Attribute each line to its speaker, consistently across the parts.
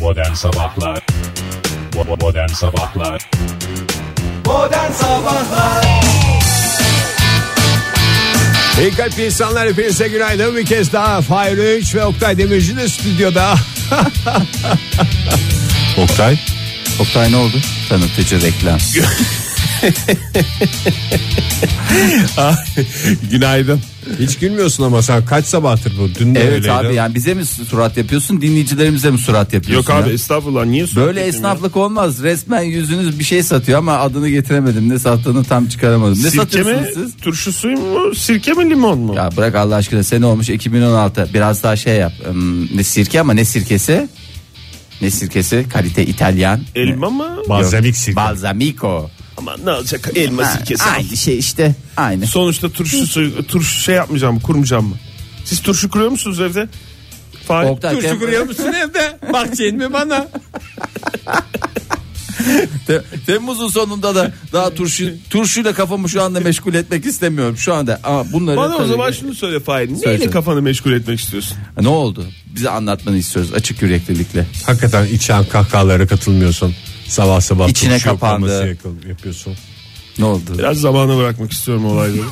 Speaker 1: Modern Sabahlar Bo- Modern Sabahlar
Speaker 2: Modern Sabahlar
Speaker 3: İyi kalpli insanlar hepinize günaydın bir kez daha Fahir Öğünç ve Oktay Demirci de stüdyoda
Speaker 4: Oktay. Oktay ne oldu? Tanıtıcı reklam.
Speaker 3: Günaydın Hiç gülmüyorsun ama sen kaç sabahtır bu dün de
Speaker 4: Evet
Speaker 3: öyleydi.
Speaker 4: abi yani bize mi surat yapıyorsun dinleyicilerimize mi surat
Speaker 5: Yok
Speaker 4: yapıyorsun?
Speaker 5: abi
Speaker 4: ya?
Speaker 5: estağfurullah niye surat
Speaker 4: Böyle
Speaker 5: yapayım
Speaker 4: esnaflık olmaz. Resmen yüzünüz bir şey satıyor ama adını getiremedim. Ne sattığını tam çıkaramadım.
Speaker 5: ya?
Speaker 4: Ne
Speaker 5: Sirke mi?
Speaker 4: satıyorsunuz siz?
Speaker 5: Turşu suyu mu? Sirke mi limon mu?
Speaker 4: Ya bırak Allah aşkına sene olmuş 2016. Biraz daha şey yap. Im, Ne sirke ama ne sirkesi? Ne sirkesi? Kalite İtalyan.
Speaker 5: Elma mı?
Speaker 3: Balzamik sirke.
Speaker 4: Balsamico.
Speaker 5: Ama ne olacak elma
Speaker 4: Ha,
Speaker 5: sirkesi.
Speaker 4: Aynı şey işte. Aynı.
Speaker 5: Sonuçta turşu suyu turşu şey yapmayacağım mı? Kurmayacağım mı? Siz turşu kuruyor musunuz evde? Fahir.
Speaker 4: Oktay,
Speaker 3: Turşu
Speaker 4: tem-
Speaker 3: kuruyor musun evde? Bahçeyin mi bana?
Speaker 4: Te- Temmuz'un sonunda da daha turşu turşuyla kafamı şu anda meşgul etmek istemiyorum şu anda. Ama bunları
Speaker 5: Bana o
Speaker 4: tabii-
Speaker 5: zaman şunu söyle Fahir. Neyle
Speaker 4: Söyle.
Speaker 5: kafanı meşgul etmek istiyorsun?
Speaker 4: ne oldu? Bize anlatmanı istiyoruz açık yüreklilikle.
Speaker 3: Hakikaten içen kahkahalara katılmıyorsun Sabah sabah
Speaker 4: İçine
Speaker 3: turşu
Speaker 4: kapandı.
Speaker 3: yoklaması yakal- yapıyorsun
Speaker 4: Ne oldu?
Speaker 5: Biraz zamana bırakmak istiyorum olayları.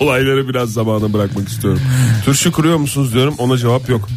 Speaker 5: Olayları biraz zamana bırakmak istiyorum. Turşu kuruyor musunuz diyorum ona cevap yok.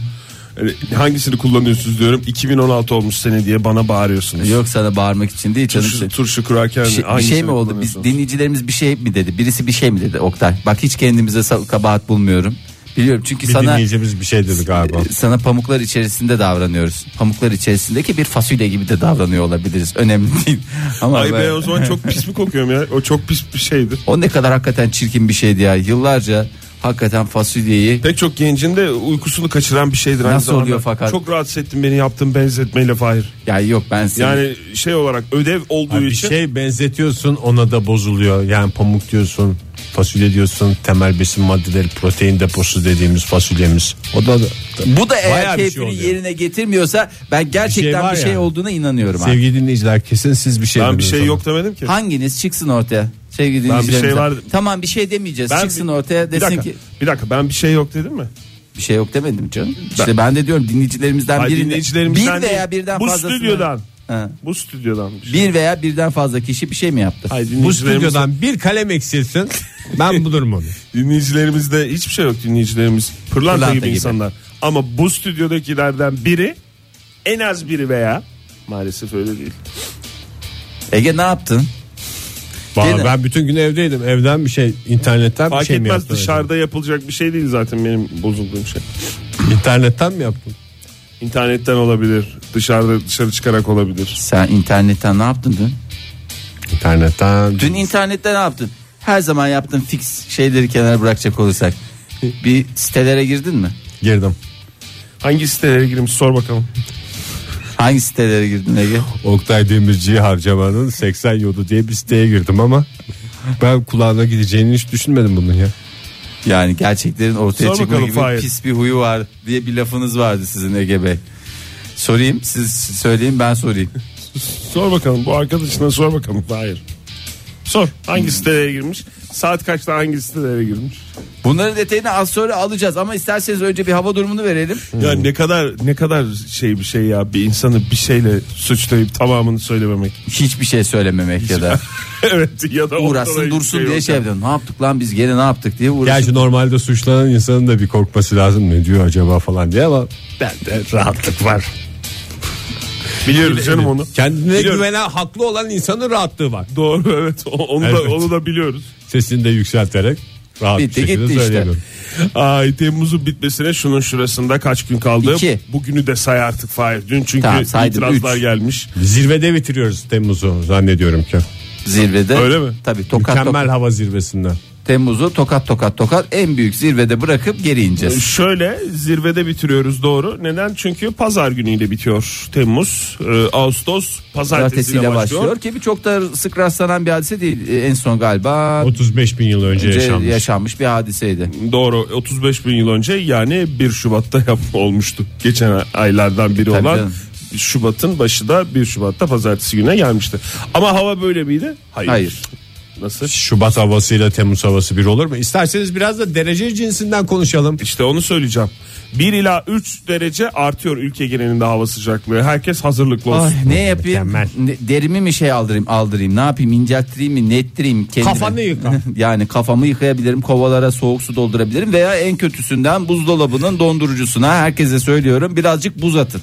Speaker 5: Yani hangisini kullanıyorsunuz diyorum 2016 olmuş sene diye bana bağırıyorsunuz.
Speaker 4: Yok sana bağırmak için değil canım.
Speaker 5: Turşu, turşu kurarken
Speaker 4: Bir şey, bir
Speaker 5: hangisini
Speaker 4: şey mi oldu? Biz
Speaker 5: kullanıyorsunuz?
Speaker 4: dinleyicilerimiz bir şey mi dedi? Birisi bir şey mi dedi Oktay? Bak hiç kendimize sa- kabahat bulmuyorum. Biliyorum çünkü
Speaker 3: Bir
Speaker 4: sana
Speaker 3: dinleyicimiz bir şey dedi galiba
Speaker 4: Ee, sana pamuklar içerisinde davranıyoruz. Pamuklar içerisindeki bir fasulye gibi de davranıyor olabiliriz. Önemli değil. Ama
Speaker 5: Ay
Speaker 4: ben-
Speaker 5: ben o zaman çok pis mi kokuyorum ya? O çok pis bir şeydi.
Speaker 4: O ne kadar hakikaten çirkin bir şeydi ya. Yıllarca hakikaten fasulyeyi
Speaker 5: Pek çok gencin de uykusunu kaçıran bir şeydir. aynı
Speaker 4: Nasıl
Speaker 5: zamanda.
Speaker 4: oluyor fakat?
Speaker 5: Çok rahatsız ettin beni yaptığın benzetmeyle Fahir.
Speaker 4: ya yok ben seni-
Speaker 5: Yani şey olarak ödev olduğu
Speaker 3: Ha, Bir
Speaker 5: için.
Speaker 3: şey benzetiyorsun ona da bozuluyor yani pamuk diyorsun fasulye diyorsun temel besin maddeleri protein deposu dediğimiz fasulyemiz o da
Speaker 4: bu da eğer
Speaker 3: Bayağı bir şey
Speaker 4: keyfini
Speaker 3: oluyor.
Speaker 4: yerine getirmiyorsa ben
Speaker 3: Bir şey
Speaker 4: gerçekten
Speaker 3: var
Speaker 4: bir şey,
Speaker 3: yani.
Speaker 4: olduğuna inanıyorum abi.
Speaker 3: Sevgili dinleyiciler kesin siz bir şey
Speaker 5: Ben bir
Speaker 3: dediniz
Speaker 5: şey
Speaker 3: ona.
Speaker 5: yok demedim ki.
Speaker 4: Hanginiz çıksın ortaya sevgili
Speaker 5: Ben bir
Speaker 4: dinleyicilerimize.
Speaker 5: şey var-
Speaker 4: Tamam bir şey demeyeceğiz.
Speaker 5: Ben
Speaker 4: çıksın
Speaker 5: bir-
Speaker 4: ortaya
Speaker 5: Bir
Speaker 4: desin
Speaker 5: dakika,
Speaker 4: ki
Speaker 5: bir dakika ben bir şey yok dedim mi?
Speaker 4: bir şey yok demedim canım. İşte ben de diyorum dinleyicilerimizden
Speaker 5: Ay,
Speaker 4: biri
Speaker 5: dinleyicilerimizden
Speaker 4: bir veya
Speaker 5: değil.
Speaker 4: birden
Speaker 5: Bu
Speaker 4: fazlasını-
Speaker 5: stüdyodan.
Speaker 4: Ha.
Speaker 5: Bu stüdyodan. Bir şey.
Speaker 4: Bir veya birden fazla kişi bir şey mi yaptı?
Speaker 5: Hayır,
Speaker 3: Bu
Speaker 5: dinleyicilerimiz-
Speaker 3: stüdyodan bir kalem eksilsin ben bulurum onu.
Speaker 5: Dinleyicilerimizde hiçbir şey yok dinleyicilerimiz. Pırlanta,
Speaker 4: Pırlanta
Speaker 5: gibi,
Speaker 4: gibi.
Speaker 5: insanlar. Ama bu stüdyodakilerden biri en az biri veya maalesef öyle değil.
Speaker 4: Ege ne yaptın? Gene-
Speaker 3: Vallahi ben bütün gün evdeydim. Evden bir şey, internetten bir
Speaker 5: Fark
Speaker 3: şey mi
Speaker 5: etmez
Speaker 3: yaptın?
Speaker 5: dışarıda yapılacak bir şey değil zaten benim bozulduğum şey.
Speaker 3: acaba? İnternetten mi yaptın?
Speaker 5: İnternetten olabilir. Dışarıda dışarı çıkarak olabilir.
Speaker 4: Sen internetten ne yaptın dün?
Speaker 3: İnternetten.
Speaker 4: Dün internette ne yaptın? Her zaman yaptığın fix şeyleri kenara bırakacak olursak. Bir sitelere girdin mi?
Speaker 3: girdim.
Speaker 5: Hangi sitelere girmiş sor bakalım.
Speaker 4: Hangi sitelere girdin Ege?
Speaker 3: Oktay Demirci'yi harcamanın 80 yolu diye bir siteye girdim ama ben kulağına gideceğini hiç düşünmedim bunun ya.
Speaker 4: Yani gerçeklerin ortaya
Speaker 5: Sor
Speaker 4: çıkma
Speaker 5: bakalım,
Speaker 4: gibi
Speaker 5: Fahir.
Speaker 4: pis bir huyu var diye bir lafınız vardı sizin Ege Bey. Sorayım siz söyleyin ben sorayım.
Speaker 5: Sor bakalım bu arkadaşına sor bakalım. Hayır. Sor hangi sitelere girmiş? Saat kaçta hangi sitelere girmiş?
Speaker 4: Bunların detayını az sonra alacağız ama isterseniz önce bir hava durumunu verelim.
Speaker 5: Ya ne kadar ne kadar şey bir şey ya bir insanı bir şeyle suçlayıp tamamını söylememek.
Speaker 4: Hiçbir şey söylememek ya da
Speaker 5: şey evet ya da ortada
Speaker 4: uğraşsın
Speaker 5: hiçbir
Speaker 4: dursun
Speaker 5: şey
Speaker 4: diye
Speaker 5: yok.
Speaker 4: şey yapalım. Ne yaptık lan biz gene ne yaptık diye uğraşsın.
Speaker 3: Gerçi normalde suçlanan insanın da bir korkması lazım ne diyor acaba falan diye ama bende rahatlık var.
Speaker 5: Biliyoruz canım onu.
Speaker 3: Kendine
Speaker 5: Biliyorum.
Speaker 3: güvenen haklı olan insanın rahatlığı var.
Speaker 5: Doğru evet O- onu
Speaker 3: Evet.
Speaker 5: da onu da biliyoruz.
Speaker 3: Sesini de yükselterek rahat
Speaker 4: Bitti,
Speaker 3: bir şekilde
Speaker 4: gitti işte.
Speaker 3: söyleyebilirim.
Speaker 5: Ay Temmuz'un bitmesine şunun şurasında kaç gün kaldı?
Speaker 4: İki.
Speaker 5: Bugünü de say artık Fahir. Dün çünkü
Speaker 4: Tamam, saydım.
Speaker 5: itirazlar
Speaker 4: Üç.
Speaker 5: gelmiş.
Speaker 3: Zirvede bitiriyoruz Temmuz'u zannediyorum ki.
Speaker 4: Zirvede.
Speaker 5: Öyle mi?
Speaker 4: Tabii tokat
Speaker 3: Mükemmel
Speaker 4: tokat.
Speaker 3: hava zirvesinden.
Speaker 4: Temmuz'u tokat tokat tokat en büyük zirvede bırakıp geri ineceğiz.
Speaker 5: Şöyle zirvede bitiriyoruz doğru. Neden? Çünkü pazar günüyle bitiyor Temmuz. Ee, Ağustos pazartesiyle,
Speaker 4: Pazartesiyle
Speaker 5: başlıyor.
Speaker 4: başlıyor ki birçok da sık rastlanan bir hadise değil. Ee, En son galiba
Speaker 3: 35 bin yıl önce,
Speaker 4: önce yaşanmış.
Speaker 3: yaşanmış.
Speaker 4: bir hadiseydi.
Speaker 5: Doğru 35 bin yıl önce yani 1 Şubat'ta yapma olmuştu. Geçen aylardan biri
Speaker 4: Tabii
Speaker 5: olan
Speaker 4: canım.
Speaker 5: Şubat'ın başı da 1 Şubat'ta pazartesi güne gelmişti. Ama hava böyle miydi? Hayır.
Speaker 4: Hayır.
Speaker 5: Nasıl?
Speaker 3: Şubat havasıyla Temmuz havası bir olur mu? İsterseniz biraz da derece cinsinden konuşalım.
Speaker 5: İşte onu söyleyeceğim. 1 ila 3 derece artıyor ülke genelinde hava sıcaklığı. Herkes hazırlıklı olsun.
Speaker 4: Ay, Ah, ne yapayım?
Speaker 3: Mükemmel.
Speaker 4: Ne- Derimi mi şey aldırayım, aldırayım? Ne yapayım? İncelttireyim mi, nettireyim kendimi?
Speaker 3: Kafanı yıka.
Speaker 4: yani kafamı yıkayabilirim, kovalara soğuk su doldurabilirim veya en kötüsünden buzdolabının dondurucusuna herkese söylüyorum birazcık buz atın.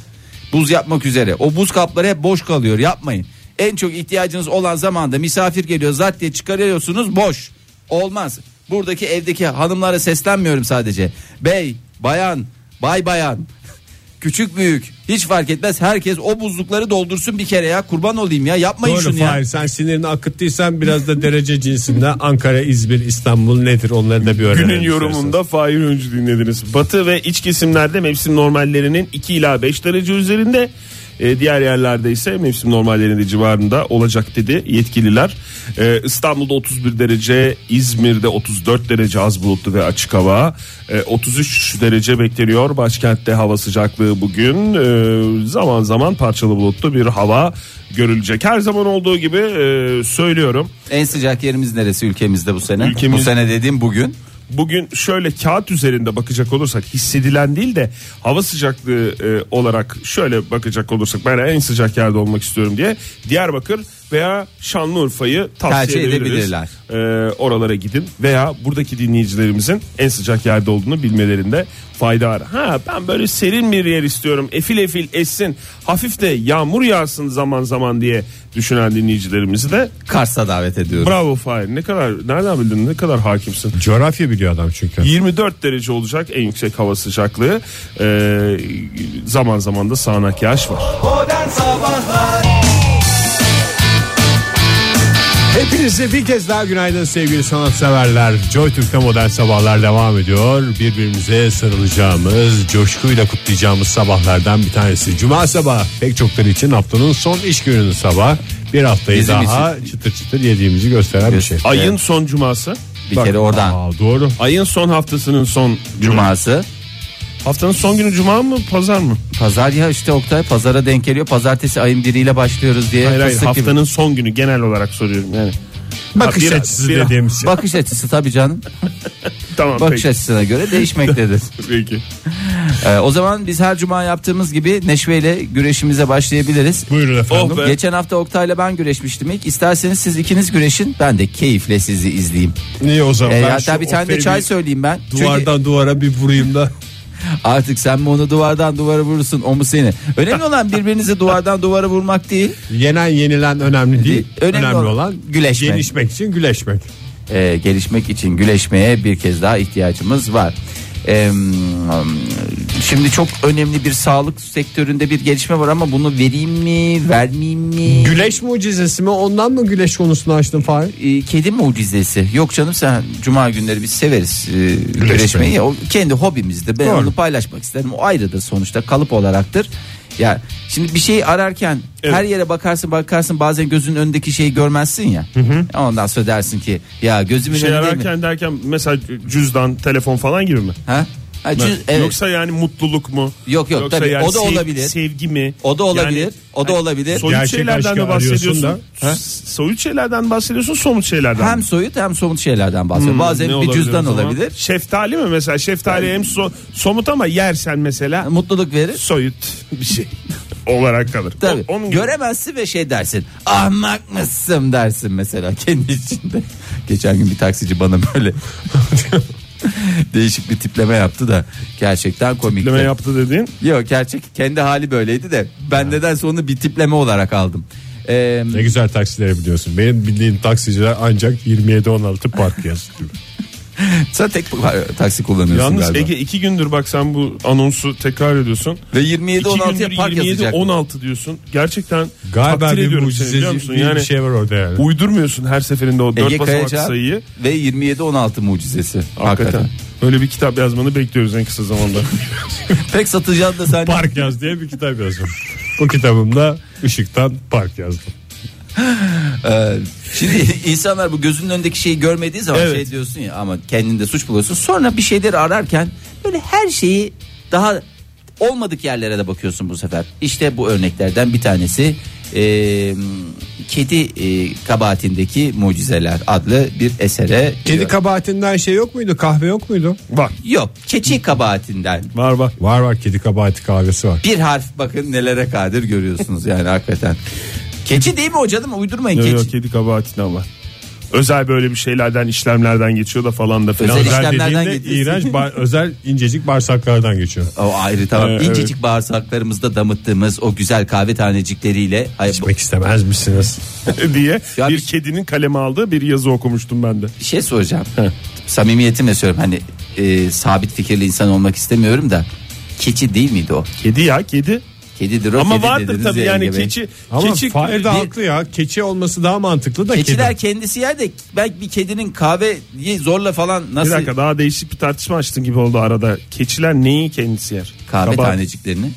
Speaker 4: Buz yapmak üzere. O buz kapları hep boş kalıyor. Yapmayın. En çok ihtiyacınız olan zamanda misafir geliyor zat diye çıkarıyorsunuz boş. Olmaz. Buradaki evdeki hanımlara seslenmiyorum sadece. Bey, bayan, bay bayan. Küçük büyük hiç fark etmez. Herkes o buzlukları doldursun bir kere ya. Kurban olayım ya. Yapmayın
Speaker 3: Doğru
Speaker 4: şunu ya.
Speaker 3: Fahir, sen sinirini akıttıysan biraz da derece cinsinden Ankara, İzmir, İstanbul nedir onları da bir öğrenelim.
Speaker 5: Günün
Speaker 3: isterseniz.
Speaker 5: yorumunda Fahir Öncü dinlediniz. Batı ve iç kesimlerde mevsim normallerinin 2 ila 5 derece üzerinde e, diğer yerlerde ise mevsim normallerinde civarında olacak dedi yetkililer. E, İstanbul'da 31 derece, İzmir'de 34 derece az bulutlu ve açık hava. E, 33 derece bekleniyor. Başkentte hava sıcaklığı bugün e, zaman zaman parçalı bulutlu bir hava görülecek. Her zaman olduğu gibi e, söylüyorum.
Speaker 4: En sıcak yerimiz neresi ülkemizde bu sene?
Speaker 5: Ülkemiz-
Speaker 4: Bu sene dediğim bugün.
Speaker 5: bugün şöyle kağıt üzerinde bakacak olursak hissedilen değil de hava sıcaklığı e, olarak şöyle bakacak olursak ben en sıcak yerde olmak istiyorum diye Diyarbakır veya Şanlıurfa'yı tavsiye
Speaker 4: Tercih
Speaker 5: edebiliriz.
Speaker 4: edebilirler.
Speaker 5: E, oralara gidin veya buradaki dinleyicilerimizin en sıcak yerde olduğunu bilmelerinde fayda var. Ha ben böyle serin bir yer istiyorum. Efil efil essin. Hafif de yağmur yağsın zaman zaman diye düşünen dinleyicilerimizi de
Speaker 4: Kars'a davet ediyorum.
Speaker 5: bravo Fahir ne kadar nereden bildin ne kadar hakimsin.
Speaker 3: Coğrafya biliyor adam çünkü.
Speaker 5: 24 derece olacak en yüksek hava sıcaklığı. Ee, zaman zaman da sağanak yağış var.
Speaker 2: Modern Sabahlar
Speaker 3: Hepinize bir kez daha günaydın sevgili sanatseverler. Joy Türk'te modern sabahlar devam ediyor. Birbirimize sarılacağımız, coşkuyla kutlayacağımız sabahlardan bir tanesi. Cuma sabahı pek çokları için haftanın son iş gününün sabah. Bir haftayı
Speaker 4: Bizim
Speaker 3: daha
Speaker 4: için.
Speaker 3: çıtır çıtır yediğimizi gösteren bir şey.
Speaker 5: Ayın son cuması.
Speaker 4: Bir
Speaker 5: Bak,
Speaker 4: kere oradan.
Speaker 3: Aa, doğru.
Speaker 5: Ayın son haftasının son cuma.
Speaker 4: Cuması.
Speaker 5: Haftanın son günü cuma mı pazar mı?
Speaker 4: Pazar ya işte Oktay pazara denk geliyor. Pazartesi ayın biriyle başlıyoruz diye.
Speaker 5: Hayır hayır
Speaker 4: fıstık gibi.
Speaker 5: haftanın son günü genel olarak soruyorum yani.
Speaker 3: Bakış
Speaker 5: bir-
Speaker 3: açısı
Speaker 5: bir-
Speaker 3: dediğimiz şey.
Speaker 4: Bakış açısı tabii canım.
Speaker 5: Tamam
Speaker 4: Bakış
Speaker 5: peki.
Speaker 4: açısına göre değişmektedir.
Speaker 5: Peki.
Speaker 4: Ee, o zaman biz her cuma yaptığımız gibi neşveyle güreşimize başlayabiliriz.
Speaker 3: Buyurun efendim.
Speaker 5: Oh be.
Speaker 4: Geçen hafta Oktay'la ben güreşmiştim ilk. İsterseniz siz ikiniz güreşin. Ben de keyifle sizi izleyeyim.
Speaker 3: Niye o zaman?
Speaker 4: Ee,
Speaker 3: Ben
Speaker 4: hatta
Speaker 3: şu
Speaker 4: bir tane de
Speaker 3: oferi
Speaker 4: çay
Speaker 3: bir
Speaker 4: söyleyeyim ben. Çünkü
Speaker 3: Duvardan duvara bir vurayım da.
Speaker 4: artık sen mi onu duvardan duvara vurursun o mu seni? Önemli olan birbirinizi duvardan duvara vurmak değil. Ee,
Speaker 3: Yenen yenilen önemli değil.
Speaker 4: Önemli
Speaker 3: Önemli,
Speaker 4: olan
Speaker 3: olan,
Speaker 4: güleşmek.
Speaker 3: Gelişmek için güleşmek.
Speaker 4: Ee, gelişmek için güleşmeye bir kez daha ihtiyacımız var. Ee, şimdi çok önemli bir sağlık sektöründe bir gelişme var ama bunu vereyim mi vermeyeyim mi?
Speaker 3: Güleş mucizesi mi? Ondan mı güleş konusunu açtın Fahir?
Speaker 4: e, kedi mucizesi. Yok canım sen cuma günleri biz severiz e, güreşmeyi. Ya, O kendi hobimizdir. Ben
Speaker 3: Doğru.
Speaker 4: onu paylaşmak isterim. O ayrıdır sonuçta kalıp olaraktır. Ya şimdi bir şeyi ararken her yere bakarsın bakarsın bazen gözün önündeki şeyi görmezsin ya. Ondan sonra dersin ki ya gözümün
Speaker 5: Bir şey
Speaker 4: önünde mi?
Speaker 5: ararken derken mesela cüzdan, telefon falan gibi mi?
Speaker 4: Ha? Ha, cüz- evet.
Speaker 5: Yoksa yani mutluluk mu?
Speaker 4: Yok, yok,
Speaker 5: Yoksa
Speaker 4: tabii, o da
Speaker 5: sev-
Speaker 4: olabilir.
Speaker 5: Sevgi mi?
Speaker 4: O da olabilir, o da
Speaker 5: hani
Speaker 4: olabilir.
Speaker 5: Soyut
Speaker 3: Gerçek
Speaker 5: şeylerden
Speaker 3: aşkı
Speaker 5: mi bahsediyorsun?
Speaker 3: arıyorsun da, ha?
Speaker 5: S- Soyut şeylerden bahsediyorsun, somut şeylerden. mi?
Speaker 4: hem soyut hem somut şeylerden bahsediyor. bazen
Speaker 5: Hmm, Ne
Speaker 4: bir
Speaker 5: olabilir
Speaker 4: cüzdan
Speaker 5: o zaman?
Speaker 4: olabilir.
Speaker 5: Şeftali mi mesela? Şeftali hem so- somut ama yersen mesela
Speaker 4: Mutluluk verir.
Speaker 5: soyut bir şey olarak kalır.
Speaker 4: Tabii.
Speaker 5: O- onun gibi.
Speaker 4: Göremezsin ve şey dersin. Ahmak mısın dersin mesela kendi içinde. Geçen gün bir taksici bana böyle değişik bir tipleme yaptı da gerçekten komikti.
Speaker 5: Tipleme yaptı dediğin.
Speaker 4: Yok gerçek kendi hali böyleydi de ben nedense onu bir tipleme olarak aldım. Ee,
Speaker 3: Ne güzel taksileri biliyorsun. Benim bildiğim taksiciler ancak 27-16 park yazıyor.
Speaker 4: sen tek taksi kullanıyorsun
Speaker 5: Yalnız
Speaker 4: galiba.
Speaker 5: Ege iki gündür bak sen bu anonsu tekrar ediyorsun.
Speaker 4: Ve
Speaker 5: İki
Speaker 4: 27
Speaker 5: gündür
Speaker 4: 16'ya park
Speaker 5: 27
Speaker 4: yazacak.
Speaker 5: 16 diyorsun. Gerçekten
Speaker 3: Galiba
Speaker 5: takdir
Speaker 3: bir
Speaker 5: ediyorum seni biliyor
Speaker 3: mucizeci
Speaker 5: musun?
Speaker 3: bir
Speaker 5: Yani
Speaker 3: şey var orada yani.
Speaker 5: uydurmuyorsun her seferinde o dört
Speaker 4: Ege
Speaker 5: basamaklı
Speaker 4: Kayacan
Speaker 5: sayıyı.
Speaker 4: ve 27 16 mucizesi. Hakikaten.
Speaker 5: Hakikaten. Öyle bir kitap yazmanı bekliyoruz en kısa zamanda.
Speaker 4: Pek satacağını da sen
Speaker 3: park yaz diye bir kitap yazdım. Bu kitabımda ışıktan park yazdım.
Speaker 4: Ee, şimdi insanlar bu gözünün önündeki şeyi görmediği zaman
Speaker 5: Evet.
Speaker 4: şey diyorsun ya ama kendinde suç buluyorsun. Sonra bir şeyleri ararken böyle her şeyi daha Olmadık yerlere de bakıyorsun bu sefer. İşte bu örneklerden bir tanesi e, kedi e, kabahatindeki mucizeler adlı bir esere.
Speaker 3: Kedi kabahatinden şey yok muydu? Kahve yok muydu?
Speaker 5: Var.
Speaker 4: Yok keçi kabahatinden
Speaker 5: Var var.
Speaker 3: Var var kedi kabahati kahvesi var.
Speaker 4: bir harf bakın nelere kadir görüyorsunuz yani hakikaten. Keçi değil mi o canım uydurmayın
Speaker 5: Yok
Speaker 4: keçi.
Speaker 5: yok kedi kabahatinden var. Özel böyle bir şeylerden işlemlerden geçiyor da falan da filan.
Speaker 4: Özel
Speaker 5: Özel
Speaker 4: işlemlerden
Speaker 5: dediğinde
Speaker 4: geçiyor.
Speaker 3: İğrenç ba- özel incecik bağırsaklardan geçiyor.
Speaker 4: O ayrı tamam.
Speaker 5: Ee, evet.
Speaker 4: İncecik bağırsaklarımızda damıttığımız o güzel kahve tanecikleriyle. Hayır, bu-
Speaker 3: Pek istemez misiniz?
Speaker 5: diye
Speaker 4: Ya
Speaker 5: bir
Speaker 4: biz-
Speaker 5: kedinin kaleme aldığı bir yazı okumuştum ben de.
Speaker 4: bir şey soracağım. Samimiyetimle söylüyorum hani e, sabit fikirli insan olmak istemiyorum da keçi değil miydi o?
Speaker 5: Kedi ya kedi.
Speaker 4: Kedidir o
Speaker 5: Ama
Speaker 4: kedi
Speaker 5: vardır
Speaker 4: dediniz
Speaker 5: tabii
Speaker 4: ya
Speaker 5: yani
Speaker 4: Ege Bey.
Speaker 5: keçi.
Speaker 3: Ama
Speaker 5: keçi
Speaker 3: Fahir de
Speaker 5: bir-
Speaker 3: haklı ya. Keçi olması daha mantıklı da
Speaker 4: Keçiler
Speaker 3: kedi.
Speaker 4: kendisi yer de belki bir kedinin kahveyi zorla falan
Speaker 5: Bir
Speaker 4: nasıl
Speaker 5: dakika daha değişik bir tartışma açtın gibi oldu arada. Keçiler neyi kendisi yer?
Speaker 4: kahve
Speaker 5: Kabahat-
Speaker 4: taneciklerini?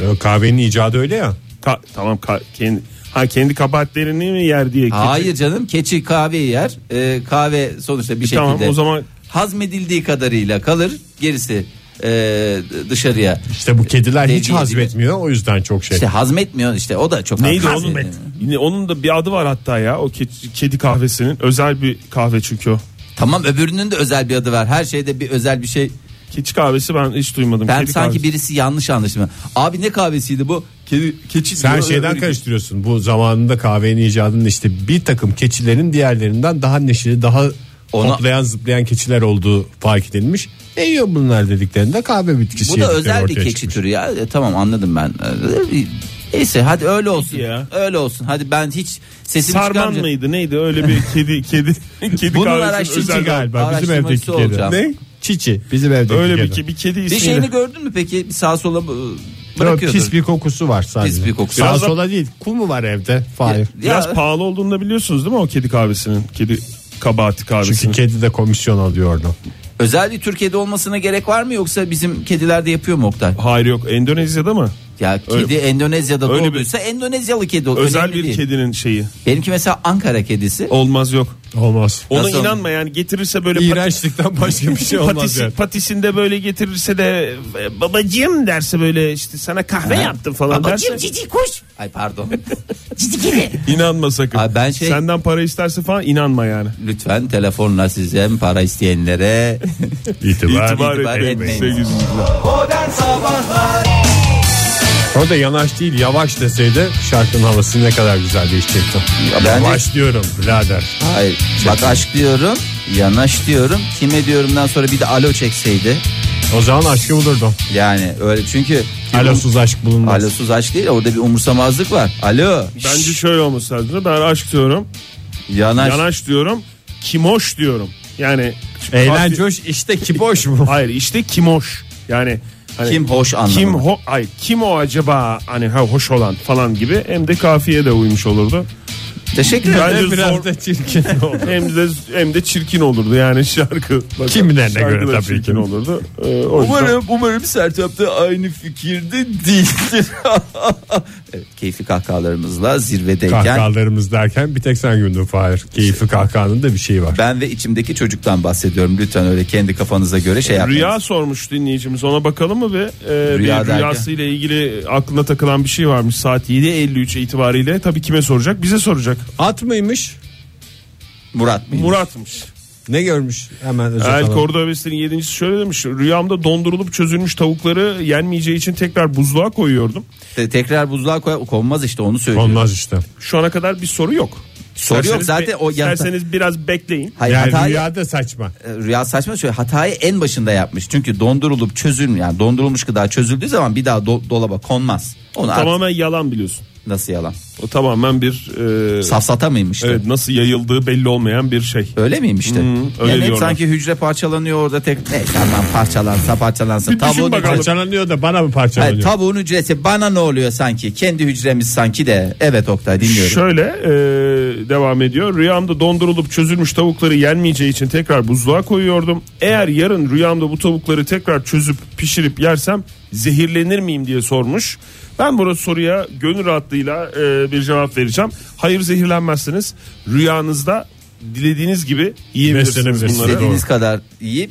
Speaker 3: Ee, Kahvenin icadı öyle ya.
Speaker 5: Ka- tamam ka- kendi, ha, kendi kabahatlerini mi yer diye. keçi-
Speaker 4: Hayır canım keçi kahveyi yer. E, kahve sonuçta bir
Speaker 5: E, Tamam
Speaker 4: şekilde
Speaker 5: o zaman
Speaker 4: hazmedildiği kadarıyla kalır. Gerisi e, dışarıya
Speaker 3: İşte bu kediler hiç
Speaker 4: Dediği
Speaker 3: hazmetmiyor o yüzden çok şey.
Speaker 4: İşte hazmetmiyor işte o da çok
Speaker 5: Neydi
Speaker 4: haklısın.
Speaker 5: onun? Yine onun da bir adı var hatta ya o ke- kedi kahvesinin özel bir kahve çünkü o.
Speaker 4: Tamam öbürünün de özel bir adı var. Her şeyde bir özel bir şey.
Speaker 5: Keçi kahvesi ben hiç duymadım.
Speaker 4: Ben
Speaker 5: Kedi
Speaker 4: sanki
Speaker 5: kahvesi.
Speaker 4: birisi yanlış anlaştı. Abi ne kahvesiydi bu? Kedi, keçi
Speaker 3: Sen
Speaker 4: diyor,
Speaker 3: şeyden
Speaker 4: öbürü-
Speaker 3: karıştırıyorsun. Bu zamanında kahvenin icadının işte bir takım keçilerin diğerlerinden daha neşeli, daha
Speaker 4: Ona-
Speaker 3: hoplayan zıplayan keçiler olduğu fark edilmiş. Ne yiyor bunlar dediklerinde kahve bitkisi
Speaker 4: Bu da
Speaker 3: yedikleri
Speaker 4: özel bir
Speaker 3: ortaya
Speaker 4: keçi
Speaker 3: çıkmış.
Speaker 4: türü ya. E, tamam anladım ben. E, Neyse hadi öyle olsun.
Speaker 5: Ya.
Speaker 4: Öyle olsun. Hadi ben hiç sesimi
Speaker 5: Sarman
Speaker 4: çıkarmayacağım.
Speaker 5: mıydı neydi öyle bir kedi kedi kedi
Speaker 4: Bunun
Speaker 5: kahvesi
Speaker 4: araştırıcı
Speaker 5: özel
Speaker 4: galiba.
Speaker 3: Galiba bizim
Speaker 4: Araştırmacısı
Speaker 3: evdeki kedi.
Speaker 4: olacağım.
Speaker 5: Ne?
Speaker 3: Çiçi bizim evdeki
Speaker 5: Öyle bir,
Speaker 3: kedi.
Speaker 5: ki- bir kedi
Speaker 4: Bir
Speaker 5: ismiyle.
Speaker 4: şeyini gördün mü peki? Bir sağa sola e,
Speaker 3: Yok,
Speaker 4: bırakıyordur.
Speaker 3: Pis bir kokusu var sadece.
Speaker 4: Pis bir kokusu.
Speaker 3: Sağa
Speaker 5: Biraz da-
Speaker 3: sola değil. Kum mu var evde? Fahir.
Speaker 4: Ya-
Speaker 5: Biraz pahalı olduğunu da biliyorsunuz değil mi o kedi kahvesinin? Kedi kabahati kahvesinin.
Speaker 3: Çünkü kedi de komisyon alıyor orada.
Speaker 4: Özel bir Türkiye'de olmasına gerek var mı yoksa bizim kedilerde yapıyor mu Oktay?
Speaker 5: Hayır yok Endonezya'da mı?
Speaker 4: Ya kedi
Speaker 5: Öyle-
Speaker 4: Endonezya'da
Speaker 5: Öyle bir-
Speaker 4: doğduysa Endonezyalı kedi olur.
Speaker 5: Özel
Speaker 4: Önemli
Speaker 5: bir
Speaker 4: değil.
Speaker 5: kedinin şeyi.
Speaker 4: Benimki mesela Ankara kedisi.
Speaker 5: Olmaz yok.
Speaker 3: Olmaz.
Speaker 5: Ona
Speaker 4: Nasıl
Speaker 5: inanma yani getirirse böyle
Speaker 3: İğrençlikten başka bir şey olmaz
Speaker 5: patisi-
Speaker 3: yani.
Speaker 5: patisinde böyle getirirse de e, babacığım derse böyle işte sana kahve yaptım falan
Speaker 4: Babacım
Speaker 5: derse.
Speaker 4: cici kuş. Ay pardon. cici kedi.
Speaker 5: İnanma sakın.
Speaker 4: Abi ben şey-
Speaker 5: Senden para isterse falan inanma yani.
Speaker 4: Lütfen telefonla size para isteyenlere
Speaker 3: İtibar.
Speaker 5: İtibar,
Speaker 4: İtibar
Speaker 5: etmeyin.
Speaker 4: etmeyin.
Speaker 5: sevgili dinleyiciler.
Speaker 2: Modern Sabahlar
Speaker 3: Orada yanaş değil yavaş deseydi şarkının havası ne kadar güzel değişecekti.
Speaker 4: bence-
Speaker 3: Yavaş diyorum birader.
Speaker 4: Hayır. Bak aşk diyorum, yanaş diyorum. Kime diyorumdan sonra bir de alo çekseydi.
Speaker 3: O zaman aşkı bulurdum.
Speaker 4: Yani öyle çünkü
Speaker 3: Alosuz aşk bulunmaz.
Speaker 4: Alosuz aşk değil orada bir umursamazlık var. Alo.
Speaker 5: Bence şöyle olması lazım. Ben aşk diyorum.
Speaker 4: Yanaş.
Speaker 5: Yanaş diyorum. Kimoş diyorum. Yani şimdi
Speaker 3: Eğlen
Speaker 5: kahve-
Speaker 3: coş işte ki boş mu?
Speaker 5: Hayır işte kimoş. Yani hani
Speaker 4: Kim hoş anlamında.
Speaker 5: Kim ho ay kim o acaba hani ha, hoş olan falan gibi hem de kafiye de uymuş olurdu.
Speaker 4: Teşekkür ederim.
Speaker 5: Bence
Speaker 3: biraz
Speaker 5: zor-
Speaker 3: da çirkin.
Speaker 5: hem de hem de çirkin olurdu yani şarkı.
Speaker 3: Kimlerine
Speaker 5: Şarkı
Speaker 3: göre
Speaker 5: da
Speaker 3: tabii
Speaker 5: çirkin
Speaker 3: ki.
Speaker 5: olurdu. Ee, o yüzden-
Speaker 4: Umarım umarım Sertab da aynı fikirde değildir. evet, keyifli kahkahalarımızla zirvedeyken
Speaker 3: Kahkahalarımız derken bir tek sen güldün Fahir. Keyifli kahkahanın da bir şeyi var.
Speaker 4: ben ve içimdeki çocuktan bahsediyorum. Lütfen öyle kendi kafanıza göre şey yapmayın.
Speaker 5: Rüya sormuş dinleyicimiz ona bakalım mı bir, Ee,
Speaker 4: Rüya
Speaker 5: bir
Speaker 4: derken?
Speaker 5: rüyasıyla ilgili aklına takılan bir şey varmış saat 7.53 itibariyle tabii kime soracak bize soracak
Speaker 3: At mıymış?
Speaker 4: Murat mıydı?
Speaker 5: Murat'mış.
Speaker 3: Ne görmüş? Hemen özet
Speaker 5: El
Speaker 3: alalım.
Speaker 5: Kordo Hevesi'nin yedincisi şöyle demiş rüyamda dondurulup çözülmüş tavukları yenmeyeceği için tekrar buzluğa koyuyordum.
Speaker 4: Te- Tekrar buzluğa koy konmaz işte onu söylüyorum.
Speaker 3: Olmaz işte.
Speaker 5: Şu ana kadar bir soru yok.
Speaker 4: Soru yok,
Speaker 5: İsterseniz
Speaker 4: zaten
Speaker 5: be-
Speaker 4: o yanıta-
Speaker 5: isterseniz biraz bekleyin.
Speaker 4: Hayır
Speaker 3: Yani
Speaker 4: hatayı-
Speaker 3: rüyada saçma.
Speaker 4: e, rüya saçma şöyle hatayı en başında yapmış. Çünkü dondurulup çözülmüş yani dondurulmuş gıda çözüldüğü zaman bir daha do- dolaba konmaz. Onu artık
Speaker 5: Tamamen yalan biliyorsun.
Speaker 4: nasıl yalan?
Speaker 5: O tamamen bir e,
Speaker 4: Safsata mıymıştı?
Speaker 5: evet nasıl yayıldığı belli olmayan bir şey.
Speaker 4: Öyle miymişti?
Speaker 5: öyle
Speaker 4: yani hep
Speaker 5: diyorlar.
Speaker 4: sanki hücre parçalanıyor orada tek ne tamam parçalansa parçalansın.
Speaker 5: Bir düşün
Speaker 4: Tavuğun
Speaker 5: bakalım.
Speaker 4: hücresi,
Speaker 3: Parçalanıyor da bana mı
Speaker 4: hayır,
Speaker 3: parçalanıyor?
Speaker 4: tavuğun hücresi bana ne oluyor sanki? Kendi hücremiz sanki de. Evet Oktay dinliyorum.
Speaker 5: Şöyle e, devam ediyor. Rüyamda dondurulup çözülmüş tavukları yenmeyeceği için tekrar buzluğa koyuyordum. Eğer yarın rüyamda bu tavukları tekrar çözüp pişirip yersem zehirlenir miyim diye sormuş. Ben bu soruya gönül rahatlığıyla e, bir cevap vereceğim. Hayır zehirlenmezsiniz. Rüyanızda dilediğiniz gibi yiyebilirsiniz
Speaker 3: Beslenebilirsiniz.
Speaker 5: bunları.
Speaker 3: Doğru.
Speaker 4: İstediğiniz kadar yiyip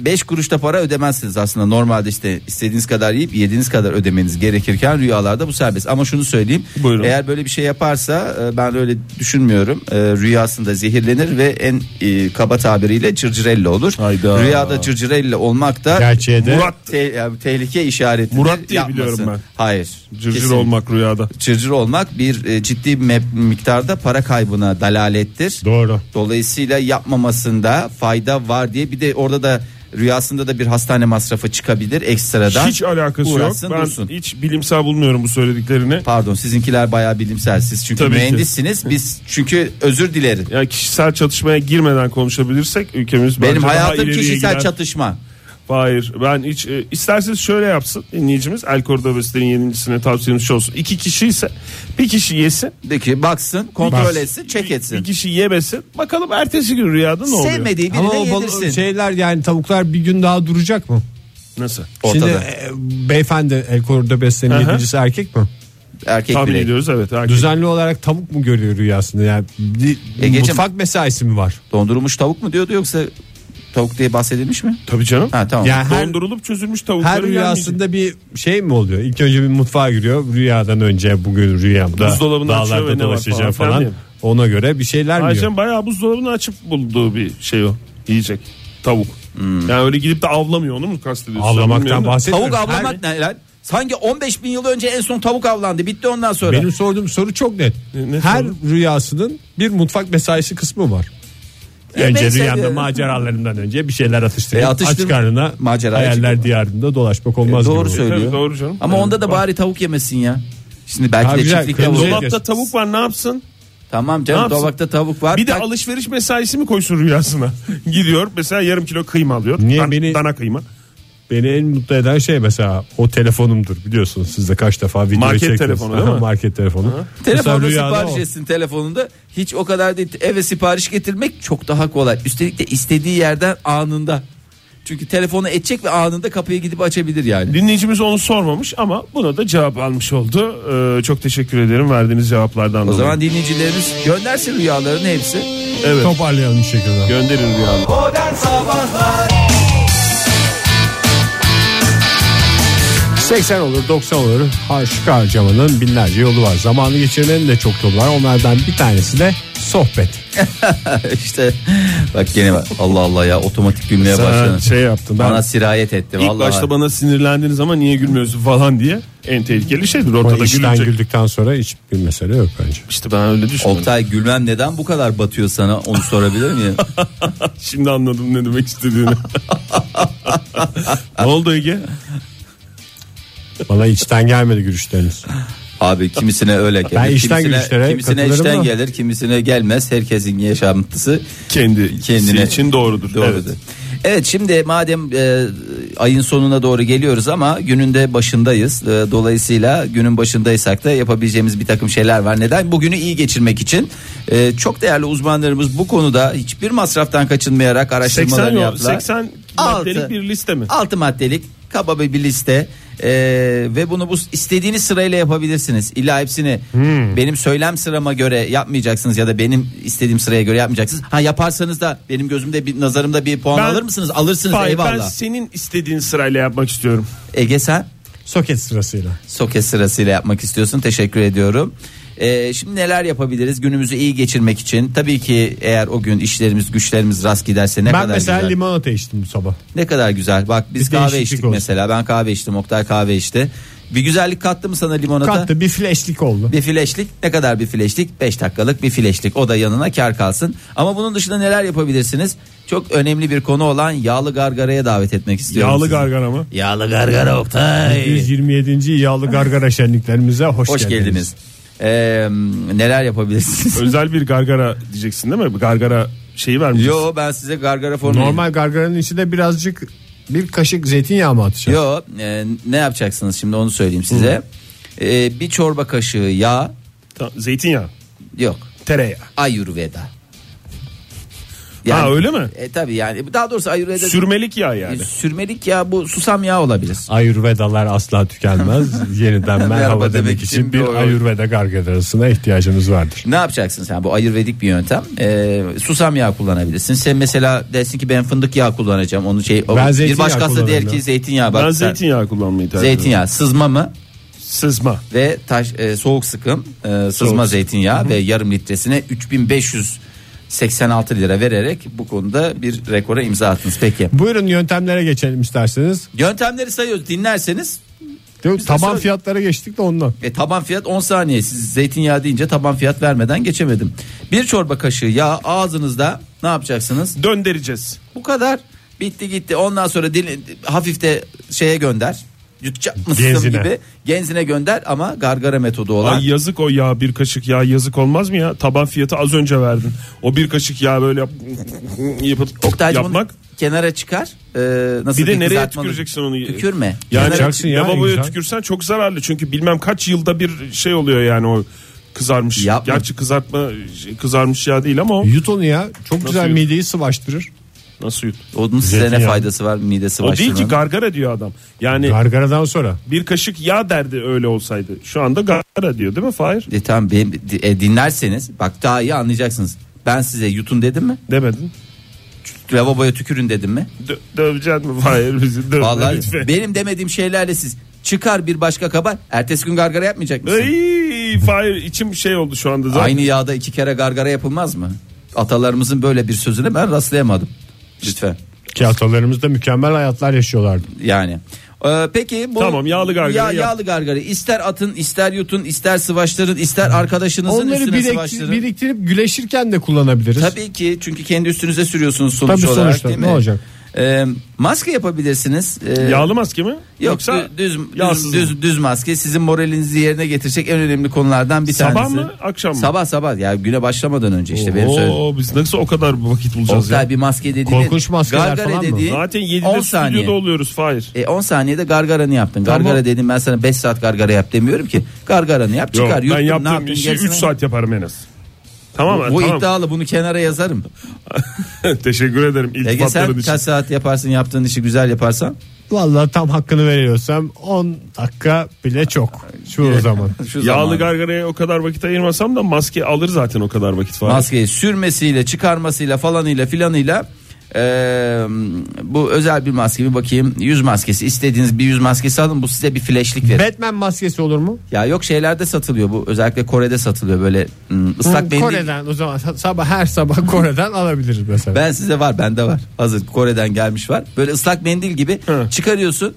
Speaker 4: 5 kuruş da para ödemezsiniz aslında normalde işte istediğiniz kadar yiyip yediğiniz kadar ödemeniz gerekirken rüyalarda bu serbest. Ama şunu söyleyeyim
Speaker 5: Buyurun.
Speaker 4: eğer böyle bir şey yaparsa e, ben öyle düşünmüyorum E, rüyasında zehirlenir ve en e, kaba tabiriyle cırcırella olur.
Speaker 5: Hayda.
Speaker 4: Rüyada cırcırella olmak da
Speaker 3: Gerçeğe de
Speaker 5: Murat,
Speaker 4: te- yani tehlike işareti.
Speaker 5: Murat diye biliyorum ben.
Speaker 4: Hayır.
Speaker 5: cırcır
Speaker 4: Kesin.
Speaker 5: olmak rüyada.
Speaker 4: Cırcır olmak bir e, ciddi me- miktarda para kaybına dalalettir.
Speaker 3: doğru.
Speaker 4: Dolayısıyla yapmamasında fayda var diye bir de orada da rüyasında da bir hastane masrafı çıkabilir ekstradan.
Speaker 5: Hiç alakası
Speaker 4: uğraşsın,
Speaker 5: yok. Ben
Speaker 4: dursun.
Speaker 5: hiç bilimsel bulmuyorum bu söylediklerini.
Speaker 4: Pardon sizinkiler bayağı bilimselsiz çünkü
Speaker 5: Tabii ki.
Speaker 4: mühendissiniz biz çünkü özür dilerim.
Speaker 5: Yani kişisel çatışmaya girmeden konuşabilirsek ülkemiz
Speaker 4: Benim
Speaker 5: bence daha
Speaker 4: hayatım
Speaker 5: ileriye
Speaker 4: kişisel
Speaker 5: gider.
Speaker 4: çatışma.
Speaker 5: Hayır ben hiç e, isterseniz şöyle yapsın dinleyicimiz El Cordobes'lerin yedincisine tavsiyemiz şu olsun. İki kişi ise bir kişi yesin.
Speaker 4: De ki baksın kontrol
Speaker 3: Baksın.
Speaker 4: etsin çek etsin.
Speaker 5: Bir kişi yemesin. Bakalım ertesi gün rüyada ne oluyor?
Speaker 4: Sevmediği birine
Speaker 3: Ama o bal- şey,
Speaker 4: yedirsin.
Speaker 3: şeyler yani tavuklar bir gün daha duracak mı?
Speaker 5: Nasıl?
Speaker 4: Ortada
Speaker 3: Şimdi e, beyefendi el koruda beslenen
Speaker 5: Aha.
Speaker 3: yedincisi erkek mi?
Speaker 4: erkek
Speaker 5: Tahmin
Speaker 4: birey.
Speaker 5: ediyoruz evet. erkek.
Speaker 3: Düzenli olarak tavuk mu görüyor rüyasında? Yani bir
Speaker 5: E,
Speaker 4: Egeciğim-
Speaker 3: mutfak mesaisi mi var?
Speaker 4: Dondurulmuş tavuk mu diyordu yoksa tavuk diye bahsedilmiş mi?
Speaker 5: Tabii canım.
Speaker 4: Ha tamam.
Speaker 3: Yani her,
Speaker 5: Dondurulup çözülmüş
Speaker 3: her
Speaker 5: tavukları rüyasında
Speaker 3: rüyasında bir şey mi oluyor? İlk önce bir mutfağa giriyor. Rüyadan önce bugün rüyamda
Speaker 5: Buzdolabını açıyor ve ne
Speaker 3: dağlarda
Speaker 5: var
Speaker 3: dolaşacağım
Speaker 5: falan
Speaker 3: falan.
Speaker 5: filan diye.
Speaker 3: Ona göre bir şeyler mi yiyor?
Speaker 5: Ayşem bayağı buzdolabını açıp bulduğu bir şey o. Yiyecek. Tavuk.
Speaker 4: Hmm.
Speaker 5: Yani öyle gidip de avlamıyor onu mu kastediyorsun? Bilmiyorum
Speaker 3: Avlamaktan
Speaker 5: da.
Speaker 3: bahsetmiyorum.
Speaker 4: Tavuk avlamak ne lan? Sanki 15 bin yıl önce en son tavuk avlandı bitti ondan sonra.
Speaker 3: Benim sorduğum soru çok net.
Speaker 5: Ne- ne
Speaker 3: Her
Speaker 5: sorun?
Speaker 3: rüyasının bir mutfak mesaisi kısmı var. önce rüyamda
Speaker 4: seviyorum.
Speaker 3: maceralarından önce bir şeyler atıştırıp
Speaker 4: E, atıştır-
Speaker 3: aç karnına
Speaker 4: Maceraya
Speaker 3: hayaller
Speaker 4: çıkıyor.
Speaker 3: diyarında dolaşmak olmaz
Speaker 4: E, doğru
Speaker 3: gibi.
Speaker 4: söylüyor.
Speaker 5: Evet, doğru canım.
Speaker 4: Ama
Speaker 5: Evet,
Speaker 4: onda da
Speaker 5: bak.
Speaker 4: bari tavuk yemesin ya. Şimdi belki
Speaker 3: Abi
Speaker 4: de
Speaker 3: güzel,
Speaker 4: çiftlikte
Speaker 3: kırmızı
Speaker 4: olur.
Speaker 3: et.
Speaker 5: Dolapta tavuk var ne yapsın?
Speaker 4: Tamam
Speaker 5: Ne
Speaker 4: canım
Speaker 5: yapsın?
Speaker 4: dolapta tavuk var.
Speaker 5: Bir de
Speaker 4: Tak-
Speaker 5: alışveriş mesaisi mi koysun rüyasına? Gidiyor mesela yarım kilo kıyma alıyor.
Speaker 3: Niye
Speaker 5: Dan-
Speaker 3: beni-
Speaker 5: Dana kıyma.
Speaker 3: Beni en mutlu eden şey mesela o telefonumdur biliyorsunuz siz de kaç defa video
Speaker 5: Market
Speaker 3: çektiniz.
Speaker 5: telefonu değil
Speaker 3: Aha,
Speaker 5: mi?
Speaker 3: Market telefonu. Mesela
Speaker 4: Telefonda
Speaker 3: rüyada o.
Speaker 4: sipariş etsin telefonunda hiç o kadar değil eve sipariş getirmek çok daha kolay. Üstelik de istediği yerden anında. Çünkü telefonu edecek ve anında kapıyı gidip açabilir yani.
Speaker 5: Dinleyicimiz onu sormamış ama buna da cevap almış oldu. Ee, çok teşekkür ederim verdiğiniz cevaplardan
Speaker 4: O
Speaker 5: dolayı.
Speaker 4: zaman dinleyicilerimiz göndersin rüyaların hepsi.
Speaker 5: evet.
Speaker 3: Toparlayalım bir şekilde.
Speaker 5: Gönderin rüyanı.
Speaker 2: Modern Sabahlar
Speaker 3: 80 olur 90 olur harçlık harcamanın binlerce yolu var. Zamanı geçirmenin de çok yolu var. Onlardan bir tanesi de sohbet.
Speaker 4: işte bak gene bak. Allah Allah ya otomatik gülmeye
Speaker 5: Sen
Speaker 4: başladı.
Speaker 5: şey yaptın. Ben
Speaker 4: Bana sirayet etti
Speaker 5: ilk
Speaker 4: vallahi.
Speaker 5: başta bana sinirlendiniz ama niye gülmüyorsun falan diye en tehlikeli şeydir. Ortada
Speaker 3: Ama işten
Speaker 5: gülünecek.
Speaker 3: güldükten sonra hiçbir mesele yok bence.
Speaker 5: İşte ben öyle düşündüm.
Speaker 4: Oktay gülmem neden bu kadar batıyor sana onu sorabilir miyim?
Speaker 5: Şimdi anladım ne demek istediğini. ne oldu Ege?
Speaker 3: Bana içten gelmedi gülüşleriniz.
Speaker 4: Abi kimisine öyle gelir.
Speaker 3: Ben işten
Speaker 4: kimisine,
Speaker 3: güçlere
Speaker 4: kimisine
Speaker 3: katılırım
Speaker 4: işten
Speaker 3: da.
Speaker 4: gelir, kimisine gelmez. Herkesin yaşantısı kendine
Speaker 5: Kendi kendine için doğrudur.
Speaker 4: Doğrudur. Evet.
Speaker 5: Evet.
Speaker 4: şimdi madem e, ayın sonuna doğru geliyoruz ama günün de başındayız. E, dolayısıyla günün başındaysak da yapabileceğimiz bir takım şeyler var. Neden? Bugünü iyi geçirmek için e, çok değerli uzmanlarımız bu konuda hiçbir masraftan kaçınmayarak
Speaker 5: 80
Speaker 4: araştırmalarını
Speaker 5: yol-
Speaker 4: yaptılar.
Speaker 5: 80
Speaker 4: Altı.
Speaker 5: maddelik bir liste mi?
Speaker 4: 6 maddelik kaba bir liste Ee, ve bunu bu istediğiniz sırayla yapabilirsiniz. İlla hepsini
Speaker 5: Hmm.
Speaker 4: benim söylem sırama göre yapmayacaksınız ya da benim istediğim sıraya göre yapmayacaksınız. Ha yaparsanız da benim gözümde bir nazarımda bir puan
Speaker 5: Ben-
Speaker 4: alır mısınız? Alırsınız
Speaker 5: Fahir, ben
Speaker 4: eyvallah.
Speaker 5: senin istediğin sırayla yapmak istiyorum.
Speaker 4: Ege sen
Speaker 3: Soket sırasıyla.
Speaker 4: soket sırasıyla yapmak istiyorsun. Teşekkür ediyorum. Ee, şimdi neler yapabiliriz günümüzü iyi geçirmek için? Tabii ki eğer o gün işlerimiz güçlerimiz rast giderse ne
Speaker 3: ben
Speaker 4: kadar
Speaker 3: mesela
Speaker 4: güzel.
Speaker 3: limonata içtim bu sabah.
Speaker 4: Ne kadar güzel. Bak biz
Speaker 3: Bir
Speaker 4: kahve
Speaker 3: değişiklik
Speaker 4: içtik
Speaker 3: olsun.
Speaker 4: mesela. Ben kahve içtim. Oktay kahve içti. Bir güzellik kattı mı sana limonata?
Speaker 3: Kattı bir fleşlik oldu.
Speaker 4: Bir fileşlik ne kadar bir fileşlik? 5 dakikalık bir fileşlik. O da yanına kar kalsın. Ama bunun dışında neler yapabilirsiniz? Çok önemli bir konu olan yağlı gargaraya davet etmek istiyorum.
Speaker 5: Yağlı
Speaker 4: sizi.
Speaker 5: gargara mı?
Speaker 4: Yağlı gargara Oktay.
Speaker 3: 127. yağlı gargara şenliklerimize hoş,
Speaker 4: Hoş
Speaker 3: geldiniz.
Speaker 4: geldiniz. Ee, neler yapabilirsiniz?
Speaker 5: Özel bir gargara diyeceksin değil mi? Gargara şeyi vermeyeceğiz.
Speaker 4: Yo ben size gargara formu.
Speaker 3: Normal gargaranın içine birazcık bir kaşık zeytinyağı mı atacağız?
Speaker 4: Yo e, ne yapacaksınız şimdi onu söyleyeyim size. Ee, bir çorba kaşığı yağ
Speaker 5: Ta- Zeytinyağı,
Speaker 4: yok.
Speaker 5: tereyağı.
Speaker 4: Ayurveda. Yani,
Speaker 5: Ha, öyle mi?
Speaker 4: E, tabii yani daha doğrusu ayurveda
Speaker 5: Sürmelik yağ yani.
Speaker 4: sürmelik ya bu susam yağı olabilir.
Speaker 3: Ayurvedalar asla tükenmez. Yeniden merhaba,
Speaker 4: Merhaba
Speaker 3: demek,
Speaker 4: demek
Speaker 3: için
Speaker 4: için
Speaker 3: bir
Speaker 4: doğru.
Speaker 3: Ayurveda gargarasına ihtiyacımız vardır.
Speaker 4: Ne yapacaksın sen bu ayurvedik bir yöntem? E, susam yağı kullanabilirsin. Sen mesela dersin ki ben fındık yağı kullanacağım. Onu şey o-
Speaker 3: Ben
Speaker 4: bir
Speaker 3: zeytinyağı
Speaker 4: başkası der
Speaker 3: kullanırım
Speaker 4: ki
Speaker 3: ya.
Speaker 4: zeytinyağı bak.
Speaker 5: Ben
Speaker 4: sen-
Speaker 5: zeytinyağı kullanmayı tercih ediyorum.
Speaker 4: Zeytinyağı sızma mı?
Speaker 5: Sızma.
Speaker 4: ve taş e, soğuk sıkım e, sızma zeytinyağı ve yarım litresine 3586 lira vererek bu konuda bir rekora imza attınız. Peki.
Speaker 3: Buyurun yöntemlere geçelim isterseniz.
Speaker 4: Yöntemleri sayıyoruz. Dinlerseniz
Speaker 3: Yok, taban
Speaker 4: söyle-
Speaker 3: fiyatlara geçtik de ondan.
Speaker 4: e, taban fiyat 10 saniye. Siz zeytinyağı deyince taban fiyat vermeden geçemedim. Bir çorba kaşığı yağ ağzınızda ne yapacaksınız?
Speaker 5: Döndereceğiz.
Speaker 4: Bu kadar. Bitti gitti. Ondan sonra dil, hafif de şeye gönder. Yutacak mısın
Speaker 3: Genzine.
Speaker 4: gibi. Genzine gönder ama gargara metodu olan.
Speaker 5: Ay yazık o yağ bir kaşık yağ yazık olmaz mı ya? Taban fiyatı az önce verdin. O bir kaşık yağ böyle yap, yapıp
Speaker 4: Oktaycım bunu
Speaker 5: yapmak.
Speaker 4: kenara çıkar. Ee, nasıl
Speaker 5: Bir de
Speaker 4: diyeyim,
Speaker 5: nereye
Speaker 4: kızartmalı-
Speaker 5: tüküreceksin onu?
Speaker 4: Tükürme.
Speaker 5: Yani
Speaker 4: Kenara-
Speaker 3: Yapacaksın ya,
Speaker 5: lavaboya
Speaker 3: güzel.
Speaker 5: tükürsen çok zararlı. Çünkü bilmem kaç yılda bir şey oluyor yani o kızarmış.
Speaker 4: Yapma.
Speaker 5: Gerçi kızartma şey, kızarmış yağ değil ama o
Speaker 3: Yut onu ya. Çok güzel
Speaker 5: yut?
Speaker 3: mideyi sıvaştırır.
Speaker 5: nasıl yut?
Speaker 4: Onun size ne
Speaker 3: Zeytinyağı.
Speaker 4: faydası var midesi
Speaker 5: O değil ki
Speaker 4: başlamanın.
Speaker 5: gargara diyor adam.
Speaker 4: Hani-
Speaker 5: Yani
Speaker 3: Gargaradan sonra.
Speaker 5: bir kaşık yağ derdi öyle olsaydı. Şu anda gargara diyor değil mi Fahir?
Speaker 4: E, tamam benim, di- e, dinlerseniz bak daha iyi anlayacaksınız. Ben size yutun dedim mi?
Speaker 5: Demedin.
Speaker 4: Lavaboya tükürün dedim mi?
Speaker 5: Dö- döveceksin mi Fahir bizi? Dövme
Speaker 4: Vallahi
Speaker 5: lütfen.
Speaker 4: benim demediğim şeylerle siz çıkar bir başka kaba. Ertesi gün gargara yapmayacak mısın?
Speaker 5: Ay, Fahir içim şey oldu şu anda zaten.
Speaker 4: Aynı yağda iki kere gargara yapılmaz mı? Atalarımızın böyle bir sözüne ben rastlayamadım. Lütfen.
Speaker 3: Ki atalarımızda mükemmel hayatlar yaşıyorlardı.
Speaker 4: Yani. Ee, peki bu
Speaker 5: Tamam, yağlı gargara
Speaker 4: Ya,
Speaker 5: yap.
Speaker 4: yağlı gargara ister atın ister yutun ister sıvaştırın ister arkadaşınızın
Speaker 3: Onları
Speaker 4: üstüne
Speaker 3: birikti-
Speaker 4: sıvaştırın.
Speaker 3: biriktirip güleşirken de kullanabiliriz.
Speaker 4: Tabii ki çünkü kendi üstünüze sürüyorsunuz sonuç
Speaker 3: Tabii
Speaker 4: olarak
Speaker 3: sonuçta,
Speaker 4: değil mi?
Speaker 3: ne olacak?
Speaker 4: Ee, maske yapabilirsiniz. Ee,
Speaker 5: Yağlı maske mi?
Speaker 4: Yok
Speaker 5: Yoksa
Speaker 4: dü- düz, düz,
Speaker 5: yağsız mı?
Speaker 4: düz, düz maske sizin moralinizi yerine getirecek en önemli konulardan bir
Speaker 5: Sabah
Speaker 4: tanesi.
Speaker 5: mı, akşam mı?
Speaker 4: Sabah sabah ya güne başlamadan önce işte benim söylediğim.
Speaker 5: Oo, biz nasıl o kadar vakit bulacağız
Speaker 4: Oktay
Speaker 5: ya?
Speaker 4: bir maske dediğin
Speaker 3: Korkunç maskeler
Speaker 4: gargara
Speaker 3: falan mı?
Speaker 4: dediğin
Speaker 5: Zaten
Speaker 4: 10
Speaker 5: 7'de
Speaker 4: saniye.
Speaker 5: stüdyoda oluyoruz Fahir.
Speaker 4: E 10 saniyede gargaranı yaptın. Gargara
Speaker 3: Tamam.
Speaker 4: dedim ben sana 5 saat gargara yap demiyorum ki. Gargaranı yap
Speaker 5: Yok,
Speaker 4: E, çıkar.
Speaker 5: ben
Speaker 4: yuttun, ne
Speaker 5: yaptığım
Speaker 4: yaptın,
Speaker 5: işi
Speaker 4: gerisine-
Speaker 5: 3 saat yaparım en az. Tamam mı?
Speaker 4: Bu
Speaker 5: tamam.
Speaker 4: iddialı bunu kenara yazarım.
Speaker 5: Teşekkür ederim
Speaker 4: Ege sen
Speaker 5: iltifatların için.
Speaker 4: kaç saat yaparsın yaptığın işi güzel yaparsan?
Speaker 3: Vallahi tam hakkını veriyorsam 10 dakika bile çok. Şu o zaman.
Speaker 4: Şu
Speaker 5: Yağlı
Speaker 4: zaman-
Speaker 5: gargaraya o kadar vakit ayırmasam da maske alır zaten o kadar vakit Fahir.
Speaker 4: maskeyi sürmesiyle çıkarmasıyla falanıyla filanıyla eee, bu özel bir maske bir bakayım yüz maskesi istediğiniz bir yüz maskesi alın bu size bir flashlik verir.
Speaker 3: Batman maskesi olur mu?
Speaker 4: ya yok şeylerde satılıyor bu özellikle Kore'de satılıyor böyle ım, ıslak
Speaker 3: Hı,
Speaker 4: mendil.
Speaker 3: Hmm, Kore'den o zaman sabah her sabah Kore'den alabiliriz mesela.
Speaker 4: Ben size var bende var hazır Kore'den gelmiş var böyle ıslak mendil gibi
Speaker 5: Hı.
Speaker 4: çıkarıyorsun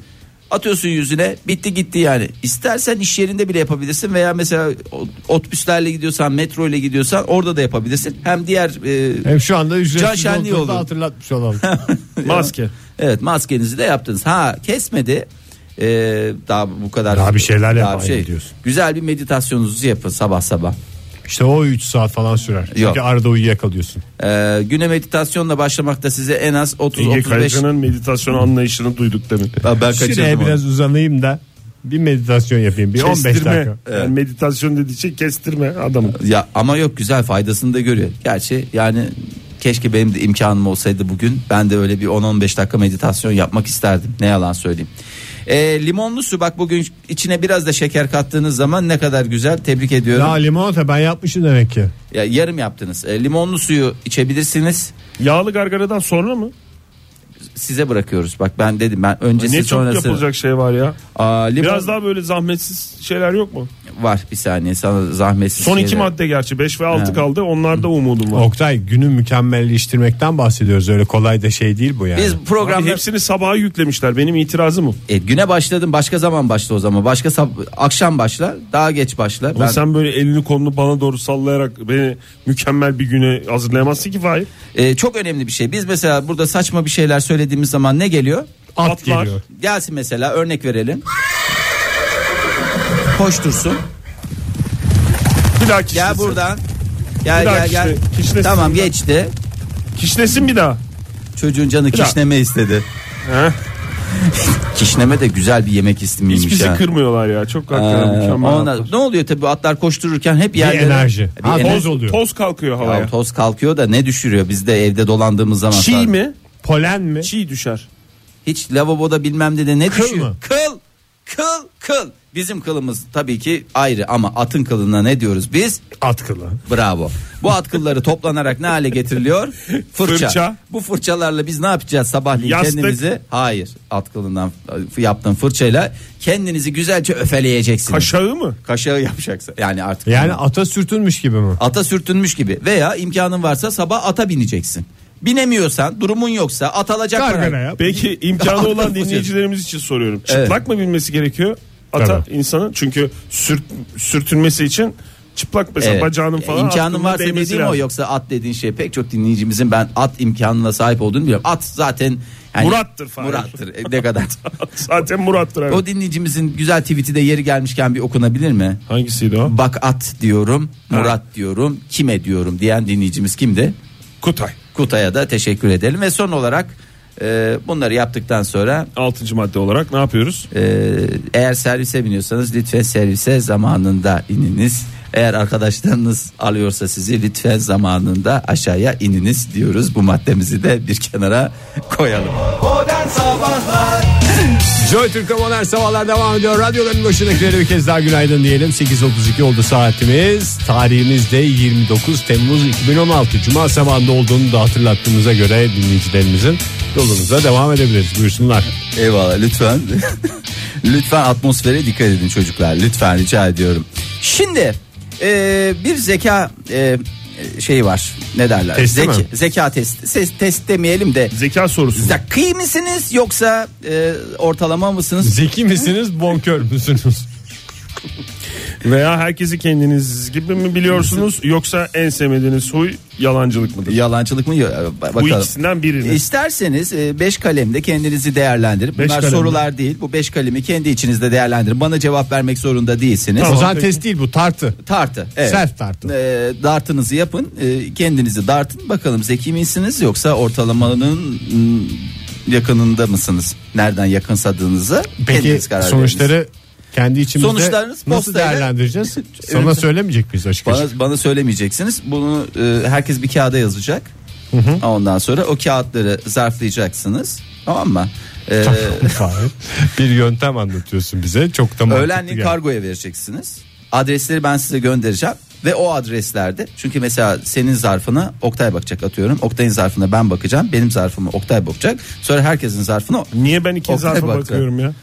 Speaker 4: atıyorsun yüzüne bitti gitti yani İstersen iş yerinde bile yapabilirsin veya mesela o- otobüslerle gidiyorsan metro ile gidiyorsan orada da yapabilirsin hem diğer eee,
Speaker 3: Hem şu anda
Speaker 4: Can
Speaker 3: ücretsiz
Speaker 4: şenliği
Speaker 3: olduğunu da
Speaker 4: olur.
Speaker 3: hatırlatmış olalım.
Speaker 5: Maske.
Speaker 4: Evet maskenizi de yaptınız. Ha kesmedi. Ee, daha bu kadar
Speaker 3: Daha bir şeyler
Speaker 4: Daha
Speaker 3: yapmayın
Speaker 4: bir şey.
Speaker 3: diyorsun.
Speaker 4: Güzel bir meditasyonunuzu yapın sabah sabah.
Speaker 3: işte o 3 saat falan sürer. Çünkü
Speaker 4: Yok.
Speaker 3: arada uyuyakalıyorsun.
Speaker 4: Ee, güne meditasyonla başlamak da size en az 30
Speaker 5: Ege
Speaker 4: 35
Speaker 5: Kayacan'ın meditasyon anlayışını duyduk demin.
Speaker 4: ben, ben
Speaker 3: Şuraya
Speaker 4: kaçırdım.
Speaker 3: biraz
Speaker 4: onu. uzanayım
Speaker 3: uzanayım da bir meditasyon yapayım. Bir 15
Speaker 5: Kestirme.
Speaker 3: dakika.
Speaker 5: Yani meditasyon dediği şey kestirme adamı.
Speaker 4: Ya ama yok güzel faydasını da görüyor. Gerçi yani keşke benim de imkanım olsaydı bugün. Ben de öyle bir 10-15 dakika meditasyon yapmak isterdim. Ne yalan söyleyeyim. Ee, limonlu su bak bugün içine biraz da şeker kattığınız zaman ne kadar güzel. Tebrik ediyorum.
Speaker 3: Ya limonata ben yapmışım demek ki.
Speaker 4: Ya yarım yaptınız. E, limonlu suyu içebilirsiniz.
Speaker 5: Yağlı gargaradan sonra mı?
Speaker 4: Size bırakıyoruz. Bak ben dedim ben öncesi
Speaker 5: ne çok
Speaker 4: sonrası.
Speaker 5: yapılacak şey var ya.
Speaker 4: Aa, limon
Speaker 5: Biraz daha böyle zahmetsiz şeyler yok mu?
Speaker 4: var bir saniye sana zahmetsiz.
Speaker 5: Son iki
Speaker 4: şeyler.
Speaker 5: madde gerçi 5 ve 6
Speaker 4: Ha.
Speaker 5: kaldı. Onlarda umudum var.
Speaker 3: Oktay günü mükemmelleştirmekten bahsediyoruz. Öyle kolay da şey değil bu yani.
Speaker 4: Biz
Speaker 5: Abi
Speaker 4: programda
Speaker 5: hepsini sabaha yüklemişler. Benim itirazım o.
Speaker 4: E, güne başladım başka zaman başla o zaman. Başka sab- akşam başla. Daha geç başla.
Speaker 5: Ama
Speaker 4: Ben-
Speaker 5: sen böyle elini kolunu bana doğru sallayarak beni mükemmel bir güne hazırlayamazsın ki Fahir.
Speaker 4: E, çok önemli bir şey. Biz mesela burada saçma bir şeyler söylediğimiz zaman ne geliyor?
Speaker 3: At
Speaker 5: atlar.
Speaker 3: geliyor.
Speaker 4: Gelsin mesela örnek verelim. Koştursun.
Speaker 5: Bir daha kişnesin.
Speaker 4: Gel buradan. Gel
Speaker 5: Bir daha
Speaker 4: gel gel.
Speaker 5: kişne- kişnesin
Speaker 4: Tamam
Speaker 5: buradan.
Speaker 4: geçti.
Speaker 5: Kişnesin bir daha.
Speaker 4: Çocuğun canı
Speaker 5: daha.
Speaker 4: kişneme istedi.
Speaker 5: Heh.
Speaker 4: Kişneme de güzel bir yemek ismiymiş
Speaker 5: Hiç bizi
Speaker 3: şey
Speaker 4: ya.
Speaker 5: kırmıyorlar ya. Çok
Speaker 4: Ee,
Speaker 5: hakikaten mükemmel.
Speaker 4: ona-
Speaker 5: atlar.
Speaker 4: ne oluyor tabii atlar koştururken hep yerlere
Speaker 3: enerji.
Speaker 4: Bir
Speaker 3: Ha,
Speaker 4: enerji.
Speaker 3: toz oluyor.
Speaker 5: Toz kalkıyor havaya.
Speaker 4: Ya, toz kalkıyor da ne düşürüyor biz de evde dolandığımız zaman.
Speaker 5: Çiğ mi?
Speaker 3: Polen mi?
Speaker 5: Çiğ düşer.
Speaker 4: Hiç lavaboda bilmem ne de ne
Speaker 3: Kıl
Speaker 4: düşüyor?
Speaker 3: mı?
Speaker 4: Kıl. Kıl kıl. Bizim kılımız tabii ki ayrı ama atın kılına ne diyoruz biz?
Speaker 3: Atkılı.
Speaker 4: Bravo. Bu atkılları toplanarak ne hale getiriliyor? Fırça.
Speaker 5: Fırça.
Speaker 4: Bu fırçalarla biz ne yapacağız sabahleyin
Speaker 5: Yastık.
Speaker 4: kendimizi? Hayır. Atkılından yaptığın fırçayla kendinizi güzelce öfeleyeceksiniz.
Speaker 5: Kaşağı mı?
Speaker 4: Kaşağı yapacaksın. Yani artık.
Speaker 3: Yani ata sürtünmüş gibi mi?
Speaker 4: Ata sürtünmüş gibi veya imkanın varsa sabah ata bineceksin. Binemiyorsan, durumun yoksa at alacak
Speaker 3: Kargana
Speaker 4: paran-
Speaker 3: yap.
Speaker 5: Peki imkanı olan dinleyicilerimiz için soruyorum. Çıplak
Speaker 4: Evet.
Speaker 5: mı binmesi gerekiyor ata
Speaker 3: Tabii.
Speaker 5: insanın? Çünkü sürt, sürtünmesi için çıplak mesela
Speaker 4: Evet.
Speaker 5: bacağının falan
Speaker 4: İmkanın
Speaker 5: aklına
Speaker 4: varsa
Speaker 5: değmesi
Speaker 4: dediğim o
Speaker 5: lazım.
Speaker 4: yoksa at dediğin şey pek çok dinleyicimizin ben at imkanına sahip olduğunu biliyorum. At zaten yani-
Speaker 5: Murat'tır falan.
Speaker 4: Murat'tır. E, Ne kadar.
Speaker 5: Zaten Murat'tır abi.
Speaker 4: o dinleyicimizin güzel tweet'i de yeri gelmişken bir okunabilir mi?
Speaker 5: Hangisiydi o?
Speaker 4: Bak at diyorum, Murat diyorum, kime diyorum diyen dinleyicimiz kimdi?
Speaker 5: Kutay.
Speaker 4: Kutay'a da teşekkür edelim ve son olarak e, bunları yaptıktan sonra
Speaker 5: Altıncı madde olarak ne yapıyoruz?
Speaker 4: Ee, eğer servise biniyorsanız lütfen servise zamanında ininiz. Eğer arkadaşlarınız alıyorsa sizi lütfen zamanında aşağıya ininiz diyoruz. Bu maddemizi de bir kenara koyalım.
Speaker 2: Modern Sabahlar
Speaker 3: Joy Türk'te modern sabahlar devam ediyor. Radyoların başındakilere bir kez daha günaydın diyelim. 8.32 oldu saatimiz. Tarihimiz de 29 Temmuz 2016. Cuma sabahında olduğunu da hatırlattığımıza göre dinleyicilerimizin yolumuza devam edebiliriz. Buyursunlar.
Speaker 4: Eyvallah lütfen. lütfen atmosfere dikkat edin çocuklar. Lütfen rica ediyorum. Şimdi e, bir zeka e, şeyi var. Ne derler?
Speaker 3: Testi mi?
Speaker 4: Zeka testi. Ses, test demeyelim de.
Speaker 5: Zeka sorusu.
Speaker 4: Zeki misiniz yoksa e, ortalama mısınız?
Speaker 3: Zeki misiniz, bonkör müsünüz?
Speaker 5: Veya herkesi kendiniz gibi mi biliyorsunuz yoksa en sevmediğiniz huy yalancılık mıdır?
Speaker 4: Yalancılık mı? Yo- e, ba- Bakalım.
Speaker 5: Bu ikisinden birini.
Speaker 4: İsterseniz 5 kalemde kendinizi değerlendirin.
Speaker 5: Beş
Speaker 4: Bunlar
Speaker 5: kalemde.
Speaker 4: sorular değil. Bu 5 kalemi kendi içinizde değerlendirin. Bana cevap vermek zorunda değilsiniz.
Speaker 3: o zaman test değil bu tartı.
Speaker 4: Tartı. Evet.
Speaker 3: Self tartı.
Speaker 4: E, dartınızı yapın. E, kendinizi dartın. Bakalım zeki misiniz yoksa ortalamanın mm, yakınında mısınız? Nereden yakınsadığınızı
Speaker 3: Peki
Speaker 4: kendiniz karar veriniz.
Speaker 3: sonuçları kendi içimizde
Speaker 4: Sonuçlarınız
Speaker 3: nasıl
Speaker 4: postayla-
Speaker 3: değerlendireceğiz? Sana söylemeyecek miyiz açık açık?
Speaker 4: Bana, bana söylemeyeceksiniz. Bunu e, herkes bir kağıda yazacak. Ondan sonra o kağıtları zarflayacaksınız. Tamam mı? E,
Speaker 3: Fahir, bir yöntem anlatıyorsun bize. Çok da mantıklı
Speaker 4: Öğlenliği
Speaker 3: geldi.
Speaker 4: kargoya vereceksiniz. Adresleri ben size göndereceğim ve o adreslerde çünkü mesela senin zarfına Oktay bakacak atıyorum. Oktay'ın zarfına ben bakacağım. Benim zarfıma Oktay bakacak. Sonra herkesin zarfına
Speaker 5: Niye ben iki
Speaker 4: Oktay
Speaker 5: zarfa
Speaker 4: baktı.
Speaker 5: bakıyorum ya?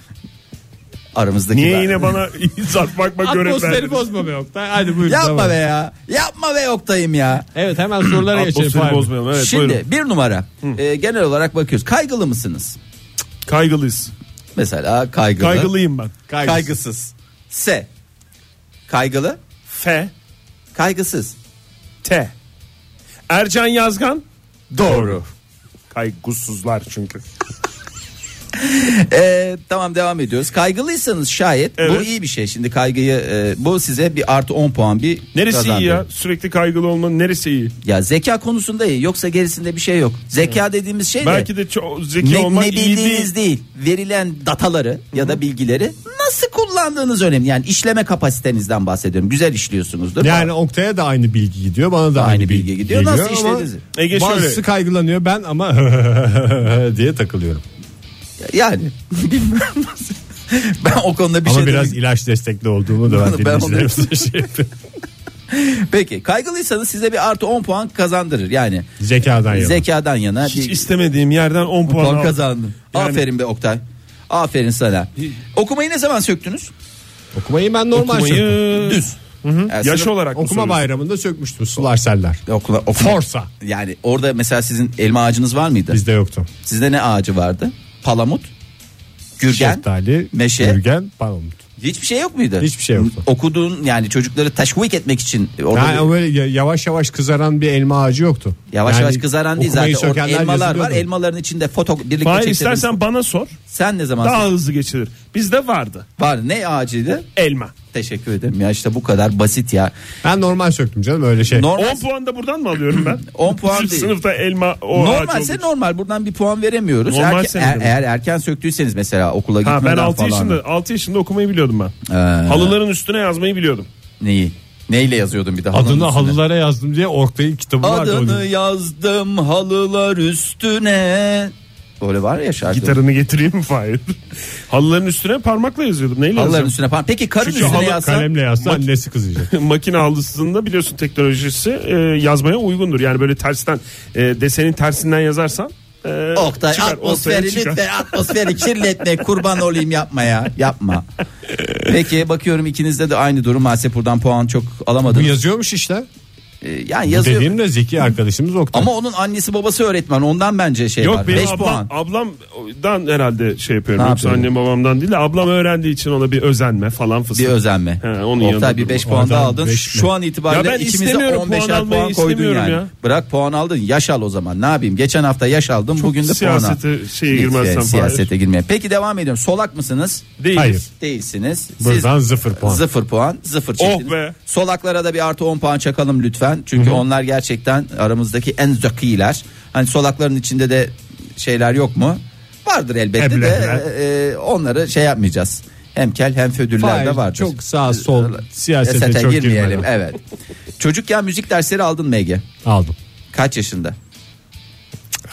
Speaker 4: aramızdaki
Speaker 5: Niye
Speaker 4: ben-
Speaker 5: yine bana zarf bakma görev verdiniz?
Speaker 3: bozma be Oktay. Hadi buyur.
Speaker 4: Yapma be ya. Yapma be Oktay'ım ya.
Speaker 3: Evet hemen sorulara geçelim.
Speaker 5: Atmosferi
Speaker 3: Fahir.
Speaker 5: bozmayalım. Evet,
Speaker 4: Şimdi
Speaker 5: buyurun.
Speaker 4: bir numara. Ee, genel olarak bakıyoruz. Kaygılı mısınız?
Speaker 5: Kaygılıyız.
Speaker 4: Mesela kaygılı.
Speaker 5: Kaygılıyım ben.
Speaker 4: Kaygısız. S. Kaygılı.
Speaker 5: F.
Speaker 4: Kaygısız.
Speaker 5: T. Ercan Yazgan.
Speaker 4: Doğru.
Speaker 5: Kaygısızlar çünkü.
Speaker 4: Ee, tamam devam ediyoruz. Kaygılıysanız şayet bu
Speaker 5: Evet.
Speaker 4: iyi bir şey. Şimdi kaygıyı e, bu size bir artı 10 puan bir
Speaker 5: Neresi
Speaker 4: kazandı.
Speaker 5: iyi ya? Sürekli kaygılı olmanın neresi iyi?
Speaker 4: Ya zeka konusunda iyi yoksa gerisinde bir şey yok. Zeka dediğimiz şey de
Speaker 5: Belki de çok zeki
Speaker 4: ne,
Speaker 5: olmak
Speaker 4: ne
Speaker 5: iyi
Speaker 4: bildiğiniz
Speaker 5: değil.
Speaker 4: değil. Verilen dataları ya da bilgileri nasıl kullandığınız önemli. Yani işleme kapasitenizden bahsediyorum. Güzel işliyorsunuzdur.
Speaker 3: Yani Oktay'a da aynı bilgi gidiyor. Bana da aynı,
Speaker 4: Aynı bilgi gidiyor.
Speaker 3: geliyor
Speaker 4: Nasıl
Speaker 3: ama
Speaker 4: işlediniz?
Speaker 5: Ege
Speaker 3: Bazısı
Speaker 5: şöyle.
Speaker 3: kaygılanıyor ben ama diye takılıyorum.
Speaker 4: Yani bilmiyorum. ben o konuda bir
Speaker 3: ama
Speaker 4: şey
Speaker 3: biraz
Speaker 4: demek-
Speaker 3: ilaç destekli olduğumu da ben
Speaker 4: Ben- ben onu-
Speaker 3: dinleyicilerimize şey yapıyorum.
Speaker 4: Peki kaygılıysanız size bir artı 10 puan kazandırır. Yani
Speaker 3: Zekadan yana.
Speaker 4: zekadan yana
Speaker 5: Hiç
Speaker 4: bir-
Speaker 5: istemediğim yerden 10 puan,
Speaker 4: Puan
Speaker 5: aldım.
Speaker 4: kazandın.
Speaker 5: Yani-
Speaker 4: Aferin be Oktay. Aferin sana. Okumayı ne zaman söktünüz?
Speaker 3: Okumayı ben normal söktüm.
Speaker 5: Okumayı
Speaker 4: Düz. Yani
Speaker 5: yaş
Speaker 4: sınıf-
Speaker 5: olarak mı
Speaker 3: Okuma
Speaker 5: soruyorsun?
Speaker 3: bayramında sökmüştüm sular seller.
Speaker 4: Okula, okuma.
Speaker 3: Forsa
Speaker 4: Yani orada mesela sizin elma ağacınız var mıydı?
Speaker 3: bizde yoktu.
Speaker 4: Sizde ne ağacı vardı? Palamut, gürgen,
Speaker 3: Şeftali,
Speaker 4: meşe.
Speaker 3: Gürgen, palamut.
Speaker 4: Hiçbir şey yok muydu?
Speaker 3: Hiçbir şey yoktu.
Speaker 4: Okuduğun yani çocukları teşvik etmek için e, orada
Speaker 3: Yani
Speaker 4: bir-
Speaker 3: böyle ya- yavaş yavaş kızaran bir elma ağacı yoktu.
Speaker 4: Yavaş
Speaker 3: Yani
Speaker 4: yavaş kızaran değil
Speaker 3: okumayı
Speaker 4: zaten. Orada
Speaker 3: sökenler
Speaker 4: elmalar var.
Speaker 3: yazılıyordu.
Speaker 4: Elmaların içinde foto birlikte
Speaker 5: Fahir
Speaker 4: çekelim.
Speaker 5: istersen bana sor.
Speaker 4: Sen ne zaman
Speaker 5: Daha hızlı geçilir. Bizde vardı.
Speaker 4: var ne acili?
Speaker 5: Elma.
Speaker 4: Teşekkür ederim ya işte bu kadar basit ya.
Speaker 3: Ben normal söktüm canım öyle şey.
Speaker 4: Normal
Speaker 5: 10 puan da buradan mı alıyorum ben?
Speaker 4: 10 puan
Speaker 5: Sırf
Speaker 4: değil.
Speaker 5: Sınıfta elma o ağaç
Speaker 4: Normalse
Speaker 5: olmuş.
Speaker 4: normal buradan bir puan veremiyoruz.
Speaker 5: Normal
Speaker 4: Erke-
Speaker 5: sene
Speaker 4: er-
Speaker 5: demek.
Speaker 4: eğer erken söktüyseniz mesela okula
Speaker 5: Ha,
Speaker 4: gitmeden
Speaker 5: ben 6
Speaker 4: falan.
Speaker 5: yaşında 6 yaşında okumayı biliyordum ben.
Speaker 4: Ee.
Speaker 5: Halıların üstüne yazmayı biliyordum.
Speaker 4: Neyi? Neyle yazıyordun bir de? halının
Speaker 3: Adını
Speaker 4: üstüne?
Speaker 3: halılara yazdım diye Orktay'ın kitabı vardı onun.
Speaker 4: Adını yazdım halılar üstüne. Böyle var ya şarkı.
Speaker 5: Gitarını getireyim mi Fahir? Halıların üstüne parmakla yazıyordum. Neyle
Speaker 4: Halıların
Speaker 5: yazıyordum?
Speaker 4: üstüne falan. Peki karın
Speaker 5: Çünkü
Speaker 4: üstüne
Speaker 5: halı
Speaker 4: yazsan.
Speaker 3: Kalemle yazsa annesi kızacak.
Speaker 5: Makine halısında biliyorsun teknolojisi e, yazmaya uygundur. Yani böyle tersten e, desenin tersinden yazarsan e,
Speaker 4: Oktay
Speaker 5: çıkar, ortaya
Speaker 4: atmosferi
Speaker 5: çıkar.
Speaker 4: lütfen atmosferi kirletme kurban olayım yapma ya yapma. Peki bakıyorum ikinizde de aynı durum maalesef buradan puan çok
Speaker 3: Bu
Speaker 4: alamadınız.
Speaker 3: yazıyormuş işte.
Speaker 4: Ee, yani yazıyor
Speaker 3: Dediğim de zeki arkadaşımız Oktay.
Speaker 4: ama onun annesi babası öğretmen ondan bence şey
Speaker 5: Yok
Speaker 4: var.
Speaker 5: benim
Speaker 4: 5
Speaker 5: ablam,
Speaker 4: puan.
Speaker 5: ablamdan herhalde şey yapıyorum.
Speaker 4: Ne yapıyorsun?
Speaker 5: Yoksa annem babamdan değil de ablam öğrendiği için ona bir özenme falan fıstık.
Speaker 4: Bir özenme.
Speaker 5: He, onun
Speaker 4: Oktay
Speaker 5: yanında
Speaker 4: bir 5
Speaker 5: durma.
Speaker 4: puan daha
Speaker 3: Adam
Speaker 4: aldın.
Speaker 3: beş
Speaker 4: Şu an itibariyle
Speaker 5: Ya ben
Speaker 4: ikimize
Speaker 5: istemiyorum,
Speaker 4: 15'er
Speaker 5: puan
Speaker 4: puan,
Speaker 5: almayı
Speaker 4: koydun
Speaker 5: istemiyorum
Speaker 4: yani.
Speaker 5: ya.
Speaker 4: Bırak puan aldın. Yaş al o zaman. Ne yapayım? Geçen hafta yaş aldım. bugün de
Speaker 5: siyasete
Speaker 4: puana.
Speaker 5: şeye
Speaker 4: Hiç,
Speaker 5: girmezsen
Speaker 4: e,
Speaker 5: Fahir.
Speaker 4: Siyasete girmeye. Peki devam ediyorum. Solak mısınız?
Speaker 5: Değiliz.
Speaker 3: Hayır.
Speaker 4: Değilsiniz. Siz
Speaker 3: Buradan sıfır puan.
Speaker 4: Sıfır puan. Sıfır çektiniz.
Speaker 5: Oh be.
Speaker 4: Solaklara da bir artı 10 puan çakalım lütfen. Çünkü onlar gerçekten aramızdaki en zekiler. Hani solakların içinde de şeyler yok mu? Vardır elbette
Speaker 3: Ebleler.
Speaker 4: de e, onları şey yapmayacağız. Hem kel hem födüller
Speaker 3: Hayır,
Speaker 4: de vardır.
Speaker 3: Çok sağ sol siyasete,
Speaker 4: Siyasete
Speaker 3: çok
Speaker 4: girmeyelim.
Speaker 3: girmeyelim.
Speaker 4: Evet. Çocukken müzik dersleri aldın mı Ege?
Speaker 3: Aldım.
Speaker 4: Kaç yaşında?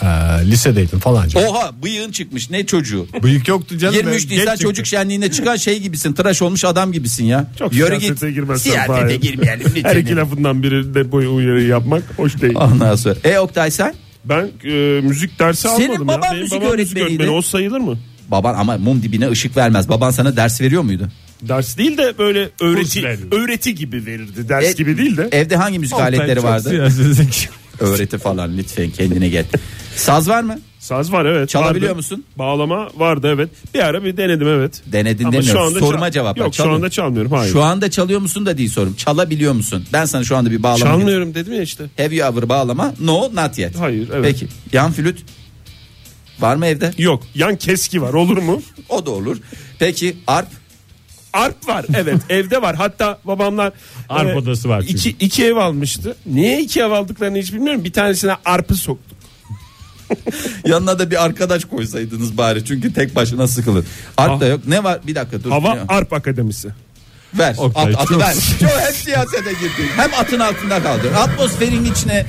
Speaker 3: Ee, lisedeydim falanca.
Speaker 4: Oha bıyığın çıkmış ne çocuğu?
Speaker 3: Bıyık yoktu canım.
Speaker 4: 23
Speaker 3: ben genç
Speaker 4: Nisan
Speaker 3: çıktım.
Speaker 4: çocuk şenliğine çıkan şey gibisin. Tıraş olmuş adam gibisin ya.
Speaker 5: Çok siyasete girmezsen
Speaker 4: Siyasete
Speaker 5: Fahir.
Speaker 4: girmeyelim lütfen.
Speaker 5: Her iki lafından biri de boyu uyarı yapmak hoş değil.
Speaker 4: Ondan sonra. E Oktay sen?
Speaker 5: Ben e, müzik dersi
Speaker 4: Senin
Speaker 5: almadım ya.
Speaker 4: baban
Speaker 5: Benim
Speaker 4: müzik
Speaker 5: babam
Speaker 4: öğretmeniydi.
Speaker 5: öğretmeni. O sayılır mı?
Speaker 4: Baban ama mum dibine ışık vermez. Baban sana ders veriyor muydu?
Speaker 5: Ders değil de böyle öğreti
Speaker 3: verir.
Speaker 5: öğreti gibi verirdi. Ders
Speaker 4: E-
Speaker 5: gibi değil de.
Speaker 4: Evde hangi müzik aletleri
Speaker 3: Çok
Speaker 4: vardı?
Speaker 3: siyasete gir-
Speaker 4: Öğreti falan lütfen kendine gel. Saz var mı?
Speaker 5: Saz var evet.
Speaker 4: Çalabiliyor
Speaker 5: vardı.
Speaker 4: musun?
Speaker 5: Bağlama vardı evet. Bir ara bir denedim evet.
Speaker 4: Denedin
Speaker 5: Ama
Speaker 4: demiyorum.
Speaker 5: şu anda
Speaker 4: Soruma
Speaker 5: çal-
Speaker 4: cevap ver.
Speaker 5: Yok şu
Speaker 4: Çalıyor.
Speaker 5: anda çalmıyorum hayır.
Speaker 4: Şu anda çalıyor musun da değil sorum. Çalabiliyor musun? Ben sana şu anda bir bağlama.
Speaker 5: Çalmıyorum dedim ya işte.
Speaker 4: Have you ever bağlama? No not yet.
Speaker 5: Hayır, evet.
Speaker 4: Peki yan flüt var mı evde?
Speaker 5: Yok yan keski var olur mu?
Speaker 4: O da olur. Peki arp
Speaker 5: Arp var evet evde var hatta babamlar
Speaker 3: Arp
Speaker 5: e,
Speaker 3: odası var çünkü.
Speaker 5: iki, iki ev almıştı niye iki ev aldıklarını hiç bilmiyorum bir tanesine arpı soktuk
Speaker 4: yanına da bir arkadaş koysaydınız bari çünkü tek başına sıkılır. Arp da yok. Ne var? Bir dakika dur.
Speaker 5: Ah. hava
Speaker 4: Ya.
Speaker 5: arp akademisi
Speaker 4: Ver.
Speaker 3: Oktay,
Speaker 4: at, atı
Speaker 3: çok-
Speaker 4: ver. Yo, hem siyasete girdin. Hem atın altında kaldın. Atmosferin içine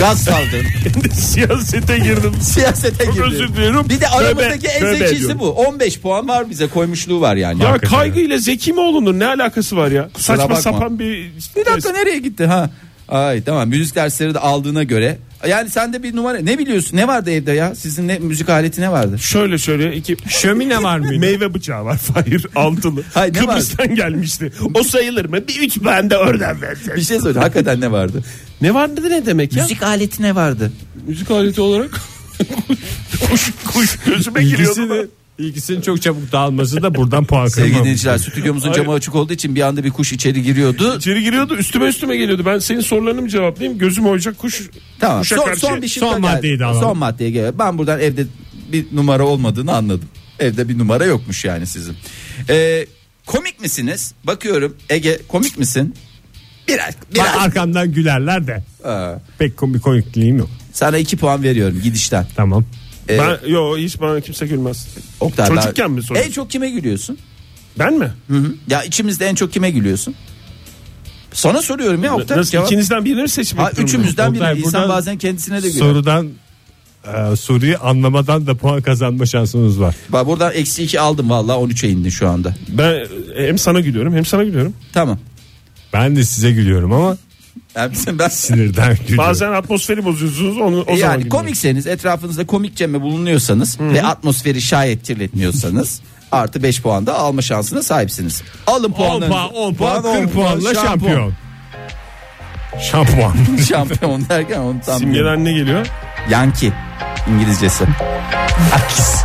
Speaker 4: gaz saldın.
Speaker 5: siyasete girdim
Speaker 4: Siyasete
Speaker 5: Çok
Speaker 4: girdin.
Speaker 5: özür diliyorum.
Speaker 4: Bir de aramızdaki
Speaker 5: Tövbe-
Speaker 4: en
Speaker 5: tövbe
Speaker 4: zekisi
Speaker 5: ediyorum.
Speaker 4: bu. 15 puan var bize koymuşluğu var yani.
Speaker 5: ya
Speaker 3: Hakikaten
Speaker 5: kaygıyla zeki mi olunur ne alakası var ya saçma
Speaker 4: bakma.
Speaker 5: sapan bir
Speaker 4: Bir dakika nereye gitti ha? Ay tamam müzik dersleri de aldığına göre. Yani sende bir numara ne biliyorsun? Ne vardı evde ya? Sizin ne müzik aleti ne vardı?
Speaker 5: Şöyle şöyle iki
Speaker 3: Şömine var mıydı?
Speaker 5: meyve bıçağı var Fahir altılı.
Speaker 4: Hayır, ne
Speaker 5: Kıbrıs'tan gelmişti. O sayılır mı? Bir üç ben de oradan versin.
Speaker 4: Bir şey söyle. Hakikaten ne vardı?
Speaker 5: Ne vardı ne demek ya? Müzik,
Speaker 4: Müzik aleti ne vardı?
Speaker 5: aleti olarak kuş kuş gözüme giriyordu.
Speaker 3: İlgisini, ilgisinin çok çabuk dağılması da buradan puan
Speaker 4: Sevgili
Speaker 3: kırmam.
Speaker 4: dinleyiciler stüdyomuzun camı açık olduğu için bir anda bir kuş içeri giriyordu.
Speaker 5: İçeri giriyordu üstüme üstüme geliyordu. Ben senin sorularını mı cevaplayayım? Gözüm oyacak kuş.
Speaker 4: Tamam.
Speaker 5: Kuşa
Speaker 4: Son,
Speaker 5: karşı-
Speaker 4: son bir şey
Speaker 3: son
Speaker 4: daha
Speaker 3: maddeyi
Speaker 4: geldi.
Speaker 3: de alalım.
Speaker 4: Son maddeye geliyor. Ben buradan evde bir numara olmadığını anladım. Evde bir numara yokmuş yani sizin. Ee, komik misiniz? Bakıyorum Ege komik misin? Biraz biraz.
Speaker 3: Bak arkamdan gülerler de.
Speaker 4: Aa,
Speaker 3: Pek komik komikliğim yok.
Speaker 4: sana iki puan veriyorum gidişten.
Speaker 3: Tamam.
Speaker 4: Ee,
Speaker 5: Ben yo hiç bana kimse gülmez.
Speaker 4: Oktay,
Speaker 5: Çocukken
Speaker 4: ben-
Speaker 5: mi soruyorsun?
Speaker 4: En çok kime gülüyorsun?
Speaker 5: Ben mi?
Speaker 4: Hı hı. Ya içimizde en çok kime gülüyorsun? Sana soruyorum ya Oktay.
Speaker 5: Nasıl
Speaker 4: cevap-
Speaker 5: ikinizden birini mi seçmek
Speaker 4: Ha,
Speaker 5: durumundayım?
Speaker 4: üçümüzden biri.
Speaker 3: Oktay,
Speaker 4: İnsan
Speaker 3: buradan
Speaker 4: bazen kendisine de gülüyor.
Speaker 3: Sorudan e, soruyu anlamadan da puan kazanma şansınız var.
Speaker 4: Bak buradan eksi iki aldım valla 13'e indin şu anda.
Speaker 5: Ben e, hem sana gülüyorum hem sana gülüyorum.
Speaker 4: Tamam.
Speaker 3: Ben de size gülüyorum ama
Speaker 4: Yani bizim- ben
Speaker 3: sinirden gülüyorum.
Speaker 5: Bazen atmosferi bozuyorsunuz onu o zaman
Speaker 4: E yani
Speaker 5: gülüyorum.
Speaker 4: komikseniz etrafınızda komik cemme bulunuyorsanız ve atmosferi şayet kirletmiyorsanız artı 5 puan da alma şansına sahipsiniz. Alın
Speaker 3: puan,
Speaker 4: puanlarınızı.
Speaker 3: on puan,
Speaker 4: on
Speaker 3: 40 puanla
Speaker 4: şampuan.
Speaker 3: şampiyon. Şampuan.
Speaker 4: Şampiyon derken onu tam bilmiyorum.
Speaker 5: Simgeden ne geliyor?
Speaker 4: Yankee İngilizcesi. Akis.